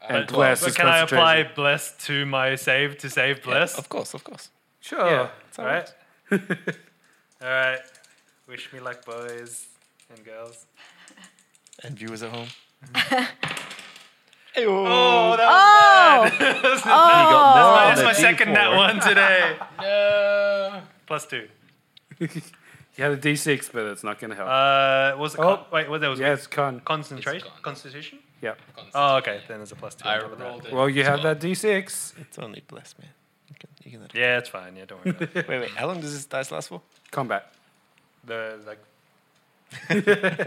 Speaker 1: And
Speaker 5: But-
Speaker 1: bless
Speaker 5: Uh, but
Speaker 1: is
Speaker 5: can I apply
Speaker 1: concentration.
Speaker 5: bless to my save to save bless?
Speaker 4: Of course, of course.
Speaker 1: Sure.
Speaker 5: Yeah, all right. all right. Wish me luck, boys and girls.
Speaker 4: And viewers at home.
Speaker 5: Oh, that
Speaker 2: Oh!
Speaker 5: was
Speaker 2: Oh!
Speaker 5: my, that's my second nat one today.
Speaker 3: No!
Speaker 5: Plus two.
Speaker 1: You had a d6, but it's not going to help.
Speaker 5: Uh, was it? Con-
Speaker 1: Oh.
Speaker 5: wait, what there was?
Speaker 1: yeah, it's con.
Speaker 5: Concentration.
Speaker 3: It's con.
Speaker 5: Constitution.
Speaker 1: Yeah.
Speaker 5: Oh, okay. Then there's a plus two. on
Speaker 3: I
Speaker 5: top of that.
Speaker 3: rolled it.
Speaker 1: Well, you have that d6.
Speaker 4: It's only blessed, man. You can, you can let it.
Speaker 5: Yeah, it's fine. Yeah, don't worry about it.
Speaker 4: Wait, wait. How long does this dice last for?
Speaker 1: Combat.
Speaker 5: The, like,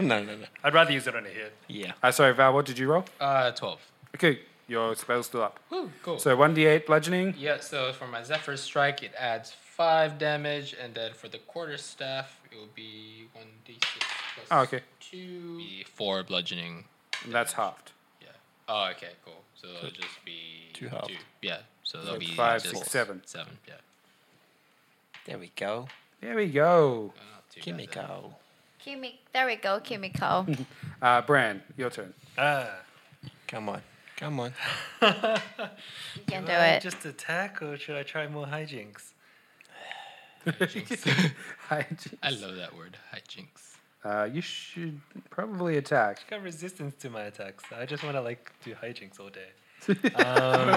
Speaker 4: no, no, no.
Speaker 5: I'd rather use it on a hit.
Speaker 4: Yeah.
Speaker 1: Uh, sorry, Val, what did you roll?
Speaker 3: Uh, 12.
Speaker 1: Okay, your spell's still up.
Speaker 3: Woo, cool.
Speaker 1: So 1d8 bludgeoning.
Speaker 3: Yeah, so for my Zephyr Strike, it adds 5 damage, and then for the Quarter Staff, it will be 1d6 plus
Speaker 1: Oh, okay.
Speaker 3: 2. Be 4 bludgeoning.
Speaker 1: And that's halved.
Speaker 3: Yeah. Oh, okay, cool. So it'll just be.
Speaker 4: Two halved.
Speaker 3: Yeah, so that'll be.
Speaker 1: five,
Speaker 3: just
Speaker 1: six, seven.
Speaker 3: 7, yeah.
Speaker 4: There we go.
Speaker 1: There we go.
Speaker 3: Oh, not too bad
Speaker 4: Kimmy
Speaker 3: then.
Speaker 4: go.
Speaker 2: Kimi- there we go, Kimiko.
Speaker 1: Uh, Bran, your turn.
Speaker 5: Ah.
Speaker 4: Come on. Come on.
Speaker 2: You can do
Speaker 5: Should I
Speaker 2: it.
Speaker 5: Just attack, or should I try more hijinks?
Speaker 3: I love that word, hijinks.
Speaker 1: Uh, you should probably attack.
Speaker 5: I got resistance to my attacks. I just want to like do hijinks all day. um,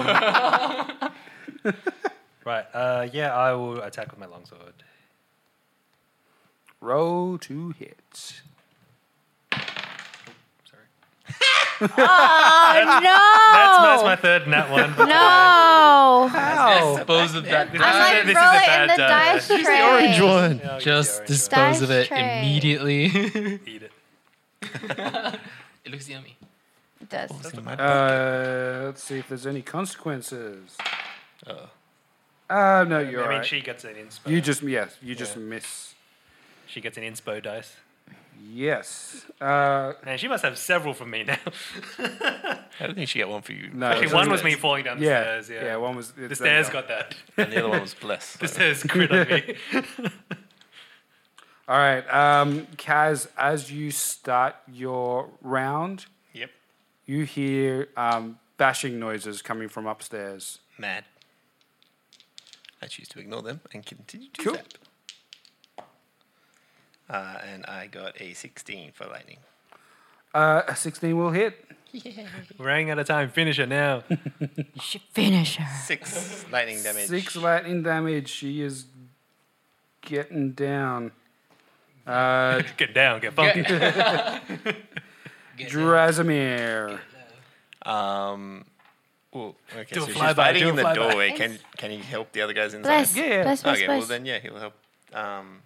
Speaker 5: right. Uh, yeah, I will attack with my longsword.
Speaker 1: Roll to hit.
Speaker 5: Sorry.
Speaker 2: Oh
Speaker 5: That's,
Speaker 2: no!
Speaker 5: that's my third nat one. but-
Speaker 2: no!
Speaker 3: Dispose of that.
Speaker 2: Oh. I'm like
Speaker 5: This is
Speaker 2: roll
Speaker 5: a
Speaker 2: it in the
Speaker 5: bad die.
Speaker 2: dice tray.
Speaker 4: Orange one.
Speaker 5: Oh, yeah,
Speaker 3: Just
Speaker 5: alright,
Speaker 3: dispose of
Speaker 2: Dice
Speaker 3: it
Speaker 2: tray.
Speaker 3: immediately. it
Speaker 5: Eat it.
Speaker 3: looks yummy.
Speaker 2: It does.
Speaker 1: Uh, let's see if there's any consequences. Uh, no, you're
Speaker 5: I mean,
Speaker 1: right.
Speaker 5: she gets an inspo.
Speaker 1: You just yes, you just miss.
Speaker 5: she gets an inspo dice.
Speaker 1: Yes. Uh,
Speaker 5: Man, she must have several from me now.
Speaker 4: I don't think she got one for you.
Speaker 1: No,
Speaker 4: Actually,
Speaker 5: Actually, one was me falling down the
Speaker 1: yeah,
Speaker 5: stairs. Yeah,
Speaker 1: one was
Speaker 5: the stairs got that.
Speaker 4: and the other one was blessed.
Speaker 5: The stairs crit on me.
Speaker 1: All right, um, Kaz. As you start your round,
Speaker 4: Yep.
Speaker 1: you hear um, bashing noises coming from upstairs.
Speaker 4: Mad. I choose to ignore them and continue to
Speaker 1: Cool.
Speaker 4: zap. Uh, and I got a 16 for lightning.
Speaker 1: Uh, a sixteen will hit.
Speaker 5: Running out of time. Finish it now.
Speaker 2: Finish her.
Speaker 4: Six lightning damage.
Speaker 1: Six lightning damage. She is getting down. Uh,
Speaker 5: get down. Get funky.
Speaker 1: Drasimir.
Speaker 4: Um. Well, okay.
Speaker 5: Do a
Speaker 4: so she's
Speaker 5: flyby,
Speaker 4: fighting
Speaker 5: do a
Speaker 4: in the
Speaker 5: flyby.
Speaker 4: doorway. Can can he help the other guys inside?
Speaker 2: Bless,
Speaker 1: Yeah, yeah.
Speaker 2: bless, bless,
Speaker 4: Okay. Well
Speaker 2: bless.
Speaker 4: then, yeah, he'll help. Um.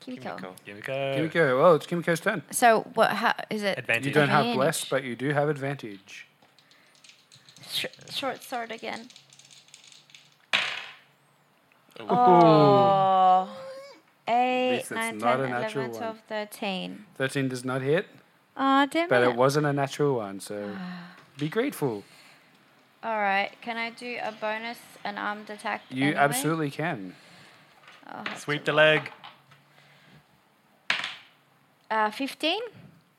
Speaker 2: Kimiko.
Speaker 4: Kimiko.
Speaker 5: Here we go.
Speaker 1: Here we go. Well, oh, it's Kimiko's turn.
Speaker 2: So what? How is it?
Speaker 5: Advantage.
Speaker 1: You don't have
Speaker 2: Advantage.
Speaker 1: bless, but you do have advantage.
Speaker 2: Sh- short sword again.
Speaker 4: Ooh.
Speaker 2: Oh, eight,
Speaker 1: least it's
Speaker 2: nine,
Speaker 1: not
Speaker 2: ten,
Speaker 1: a
Speaker 2: eleven,
Speaker 1: natural one.
Speaker 2: twelve, thirteen.
Speaker 1: Thirteen does not hit,
Speaker 2: Aw, damn
Speaker 1: but
Speaker 2: it. Ah.
Speaker 1: it wasn't a natural one, so be grateful.
Speaker 2: All right, can I do a bonus, an armed attack?
Speaker 1: You
Speaker 2: anyway? Oh,
Speaker 1: absolutely can.
Speaker 5: Sweep the leg.
Speaker 2: Uh, 15?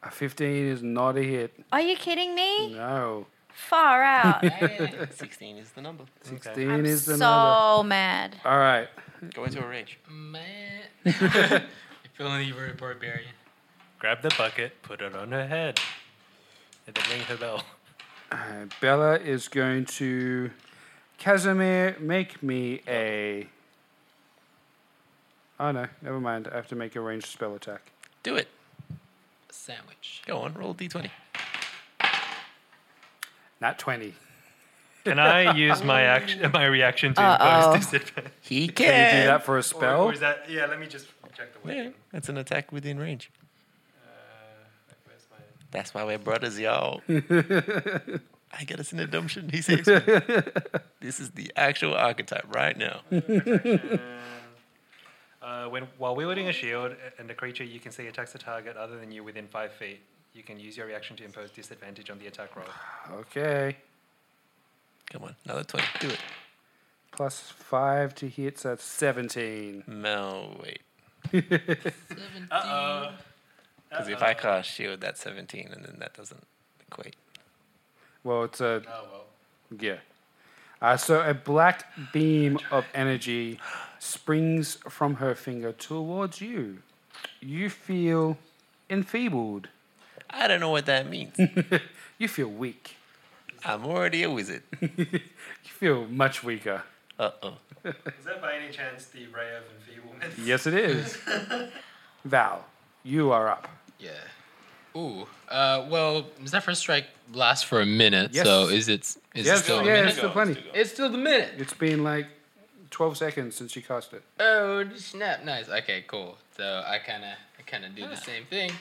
Speaker 1: A fifteen is not a hit.
Speaker 2: Are you kidding me?
Speaker 1: No.
Speaker 2: Far out.
Speaker 4: 16 is the number.
Speaker 1: 16
Speaker 2: I'm
Speaker 1: is the
Speaker 2: so
Speaker 1: number.
Speaker 2: mad.
Speaker 1: All right.
Speaker 4: Go into a rage.
Speaker 3: Man. if only you were a barbarian.
Speaker 5: Grab the bucket. Put it on her head. And then ring her bell.
Speaker 1: Uh, Bella is going to. Casimir, make me a. Oh no, never mind. I have to make a ranged spell attack.
Speaker 4: Do it.
Speaker 3: Sandwich.
Speaker 4: Go on. Roll a d20.
Speaker 1: Not 20.
Speaker 5: Can I use my action, my reaction to
Speaker 2: Uh-oh.
Speaker 5: impose disadvantage?
Speaker 4: He
Speaker 1: Oh. Can you do
Speaker 4: can.
Speaker 1: that for a
Speaker 5: Or,
Speaker 1: spell?
Speaker 5: or is that? Yeah. Let me just check the
Speaker 4: Yeah,
Speaker 5: weight.
Speaker 4: that's an attack within range.
Speaker 5: Where's my?
Speaker 4: That's why we're brothers, y'all. I got us an redemption. He saves me. this is the actual archetype right now.
Speaker 5: Uh, when while wielding a shield a- and a creature you can see attacks a target other than you within five feet, you can use your reaction to impose disadvantage on the attack roll.
Speaker 1: Okay.
Speaker 4: Come on, another 20. Do it.
Speaker 1: Plus 5 to hit, so that's 17.
Speaker 4: No, wait. Uh, Because if I cast shield, that's 17, and then that doesn't equate.
Speaker 1: Well, it's a. Oh, well. Yeah. Uh, so a black beam of energy springs from her finger towards you. You feel enfeebled.
Speaker 4: I don't know what that means.
Speaker 1: You feel weak.
Speaker 4: I'm already a wizard.
Speaker 1: You feel much weaker.
Speaker 4: Uh oh.
Speaker 5: Is that by any chance the ray of enfeeblement?
Speaker 1: Yes, it is. Val, you are up.
Speaker 3: Yeah. Ooh. Uh, well, Zephyr Strike lasts for a minute,
Speaker 1: Yes.
Speaker 3: so is it is it still a
Speaker 1: yeah,
Speaker 3: minute?
Speaker 1: it's still plenty.
Speaker 3: It's still the minute.
Speaker 1: It's been like 12 seconds since you cast it.
Speaker 3: Oh snap! Nice. Okay, cool. So I kind of, I kind of do
Speaker 1: Ah.
Speaker 3: the same thing.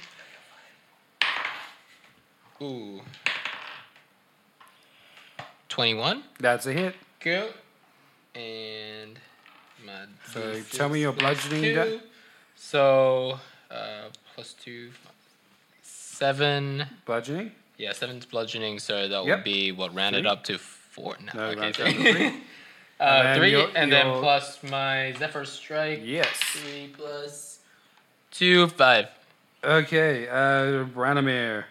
Speaker 3: Ooh. Twenty-one.
Speaker 1: That's a hit.
Speaker 3: Go. And my.
Speaker 1: So
Speaker 3: D6
Speaker 1: tell me your
Speaker 3: plus
Speaker 1: bludgeoning.
Speaker 3: Two.
Speaker 1: Da-
Speaker 3: So uh, plus two, seven.
Speaker 1: bludgeoning?
Speaker 3: Yeah, seven's bludgeoning. So that
Speaker 1: Yep.
Speaker 3: would be what rounded
Speaker 1: Three.
Speaker 3: up to four. No,
Speaker 1: No,
Speaker 3: okay,
Speaker 1: round
Speaker 3: three.
Speaker 1: down to three.
Speaker 3: Uh,
Speaker 1: then
Speaker 3: three,
Speaker 1: your-
Speaker 3: and
Speaker 1: your-
Speaker 3: then plus my Zephyr Strike.
Speaker 1: Yes.
Speaker 3: Three plus two, five.
Speaker 1: Okay, uh, Branimir,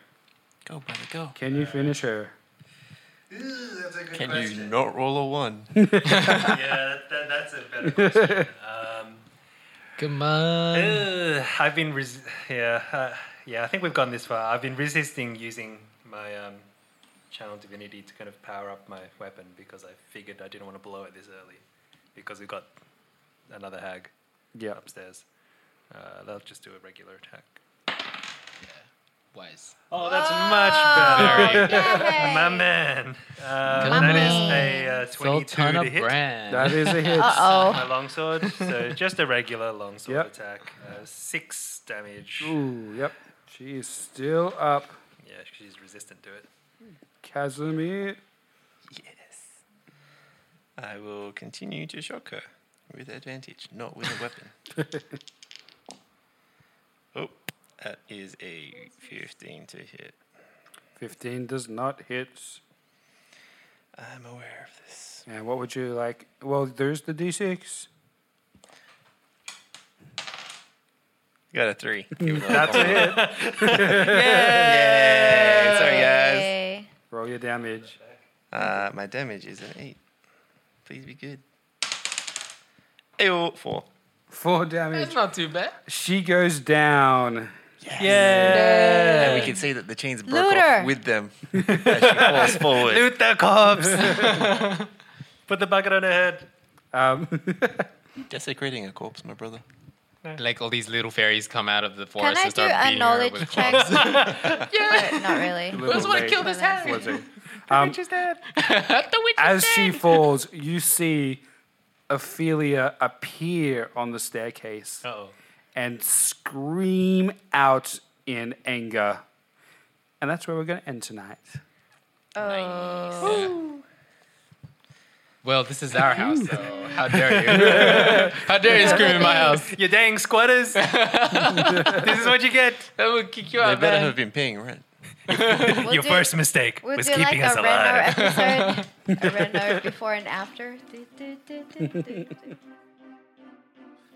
Speaker 4: Go, brother, go.
Speaker 1: can you finish her?
Speaker 4: Can you not roll a one?
Speaker 5: yeah, that, that, that's a better question. Um,
Speaker 3: Come on.
Speaker 5: Ugh, I've been res- yeah uh, yeah I think we've gone this far. I've been resisting using my um, channel divinity to kind of power up my weapon because I figured I didn't want to blow it this early because we've got another hag
Speaker 1: Yeah.
Speaker 5: upstairs. Uh, they'll just do a regular attack.
Speaker 3: Wise.
Speaker 5: Oh, that's much better. eh?
Speaker 2: Yay.
Speaker 5: Ah! My man. Uh,
Speaker 3: My
Speaker 5: that is
Speaker 2: man.
Speaker 5: a uh,
Speaker 3: Sultana
Speaker 5: 22 to hit.
Speaker 3: Brand.
Speaker 1: That is a hit.
Speaker 2: Uh
Speaker 5: My longsword. So just a regular longsword
Speaker 1: Yep.
Speaker 5: attack. Uh, six damage.
Speaker 1: Ooh, yep. She is still up.
Speaker 5: Yeah, she's resistant to it.
Speaker 1: Kazumi.
Speaker 4: I will continue to shock her with advantage, not with a weapon. oh, that is a 15 to hit.
Speaker 1: 15 does not hit.
Speaker 4: I'm aware of this.
Speaker 1: And what would you like? Well, there's the d6.
Speaker 4: Got a 3.
Speaker 1: That's a hit.
Speaker 4: Yeah, sorry,
Speaker 2: oh.
Speaker 4: guys.
Speaker 2: Yay.
Speaker 1: Roll your damage.
Speaker 4: Uh, my damage is an 8. Please be good. Ayo, 4.
Speaker 1: Four damage.
Speaker 3: That's not too bad.
Speaker 1: She goes down.
Speaker 4: And we can see that the chains broke
Speaker 2: Looter.
Speaker 4: off with them as she falls forward.
Speaker 5: Loot the cops! Put the bucket on her head.
Speaker 1: Um,
Speaker 4: Desecrating a corpse, my brother.
Speaker 3: Like all these little fairies come out of the
Speaker 2: Can
Speaker 3: forest
Speaker 2: I do
Speaker 3: and start
Speaker 2: a
Speaker 3: beating her
Speaker 2: knowledge
Speaker 3: with
Speaker 2: check?
Speaker 3: clubs.
Speaker 2: But not really.
Speaker 1: little
Speaker 3: wanna
Speaker 1: late.
Speaker 3: kill this
Speaker 2: Well,
Speaker 3: hat.
Speaker 2: that's-
Speaker 1: Was it? Um,
Speaker 3: the witch
Speaker 1: as she falls, you see Ophelia appear on the staircase
Speaker 5: Uh-oh.
Speaker 1: and scream out in anger. And that's where we're going to end tonight.
Speaker 2: Oh.
Speaker 3: Well, this is our house, so how dare you? how dare you scream in my house?
Speaker 5: You dang squatters! this is what you get.
Speaker 3: I will kick you
Speaker 4: They
Speaker 3: out,
Speaker 4: better
Speaker 3: man.
Speaker 4: have been paying rent.
Speaker 2: We'll
Speaker 5: Your
Speaker 2: do-
Speaker 5: first mistake
Speaker 2: We'll
Speaker 5: was
Speaker 2: do
Speaker 5: keeping
Speaker 2: like
Speaker 5: us
Speaker 2: a
Speaker 5: alive.
Speaker 2: Reno episode. a Reno before and after. Do, do, do, do, do, do.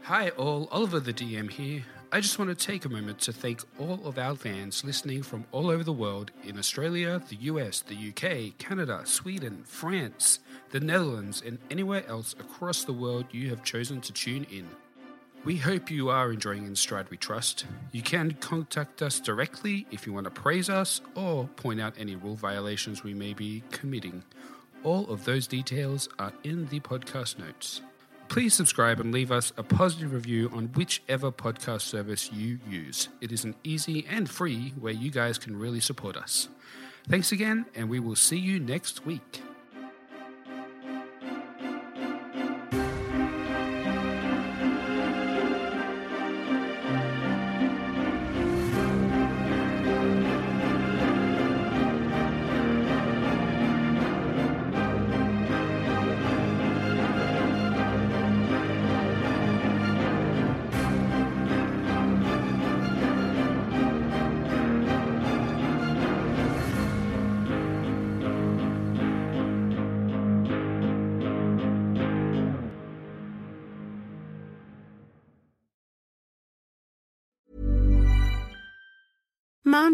Speaker 7: Hi, all. Oliver the DM here. I just want to take a moment to thank all of our fans listening from all over the world in Australia, the US, the UK, Canada, Sweden, France, the Netherlands, and anywhere else across the world you have chosen to tune in. We hope you are enjoying In Stride We Trust. You can contact us directly if you want to praise us or point out any rule violations we may be committing. All of those details are in the podcast notes. Please subscribe and leave us a positive review on whichever podcast service you use. It is an easy and free way you guys can really support us. Thanks again, and we will see you next week.
Speaker 8: Mom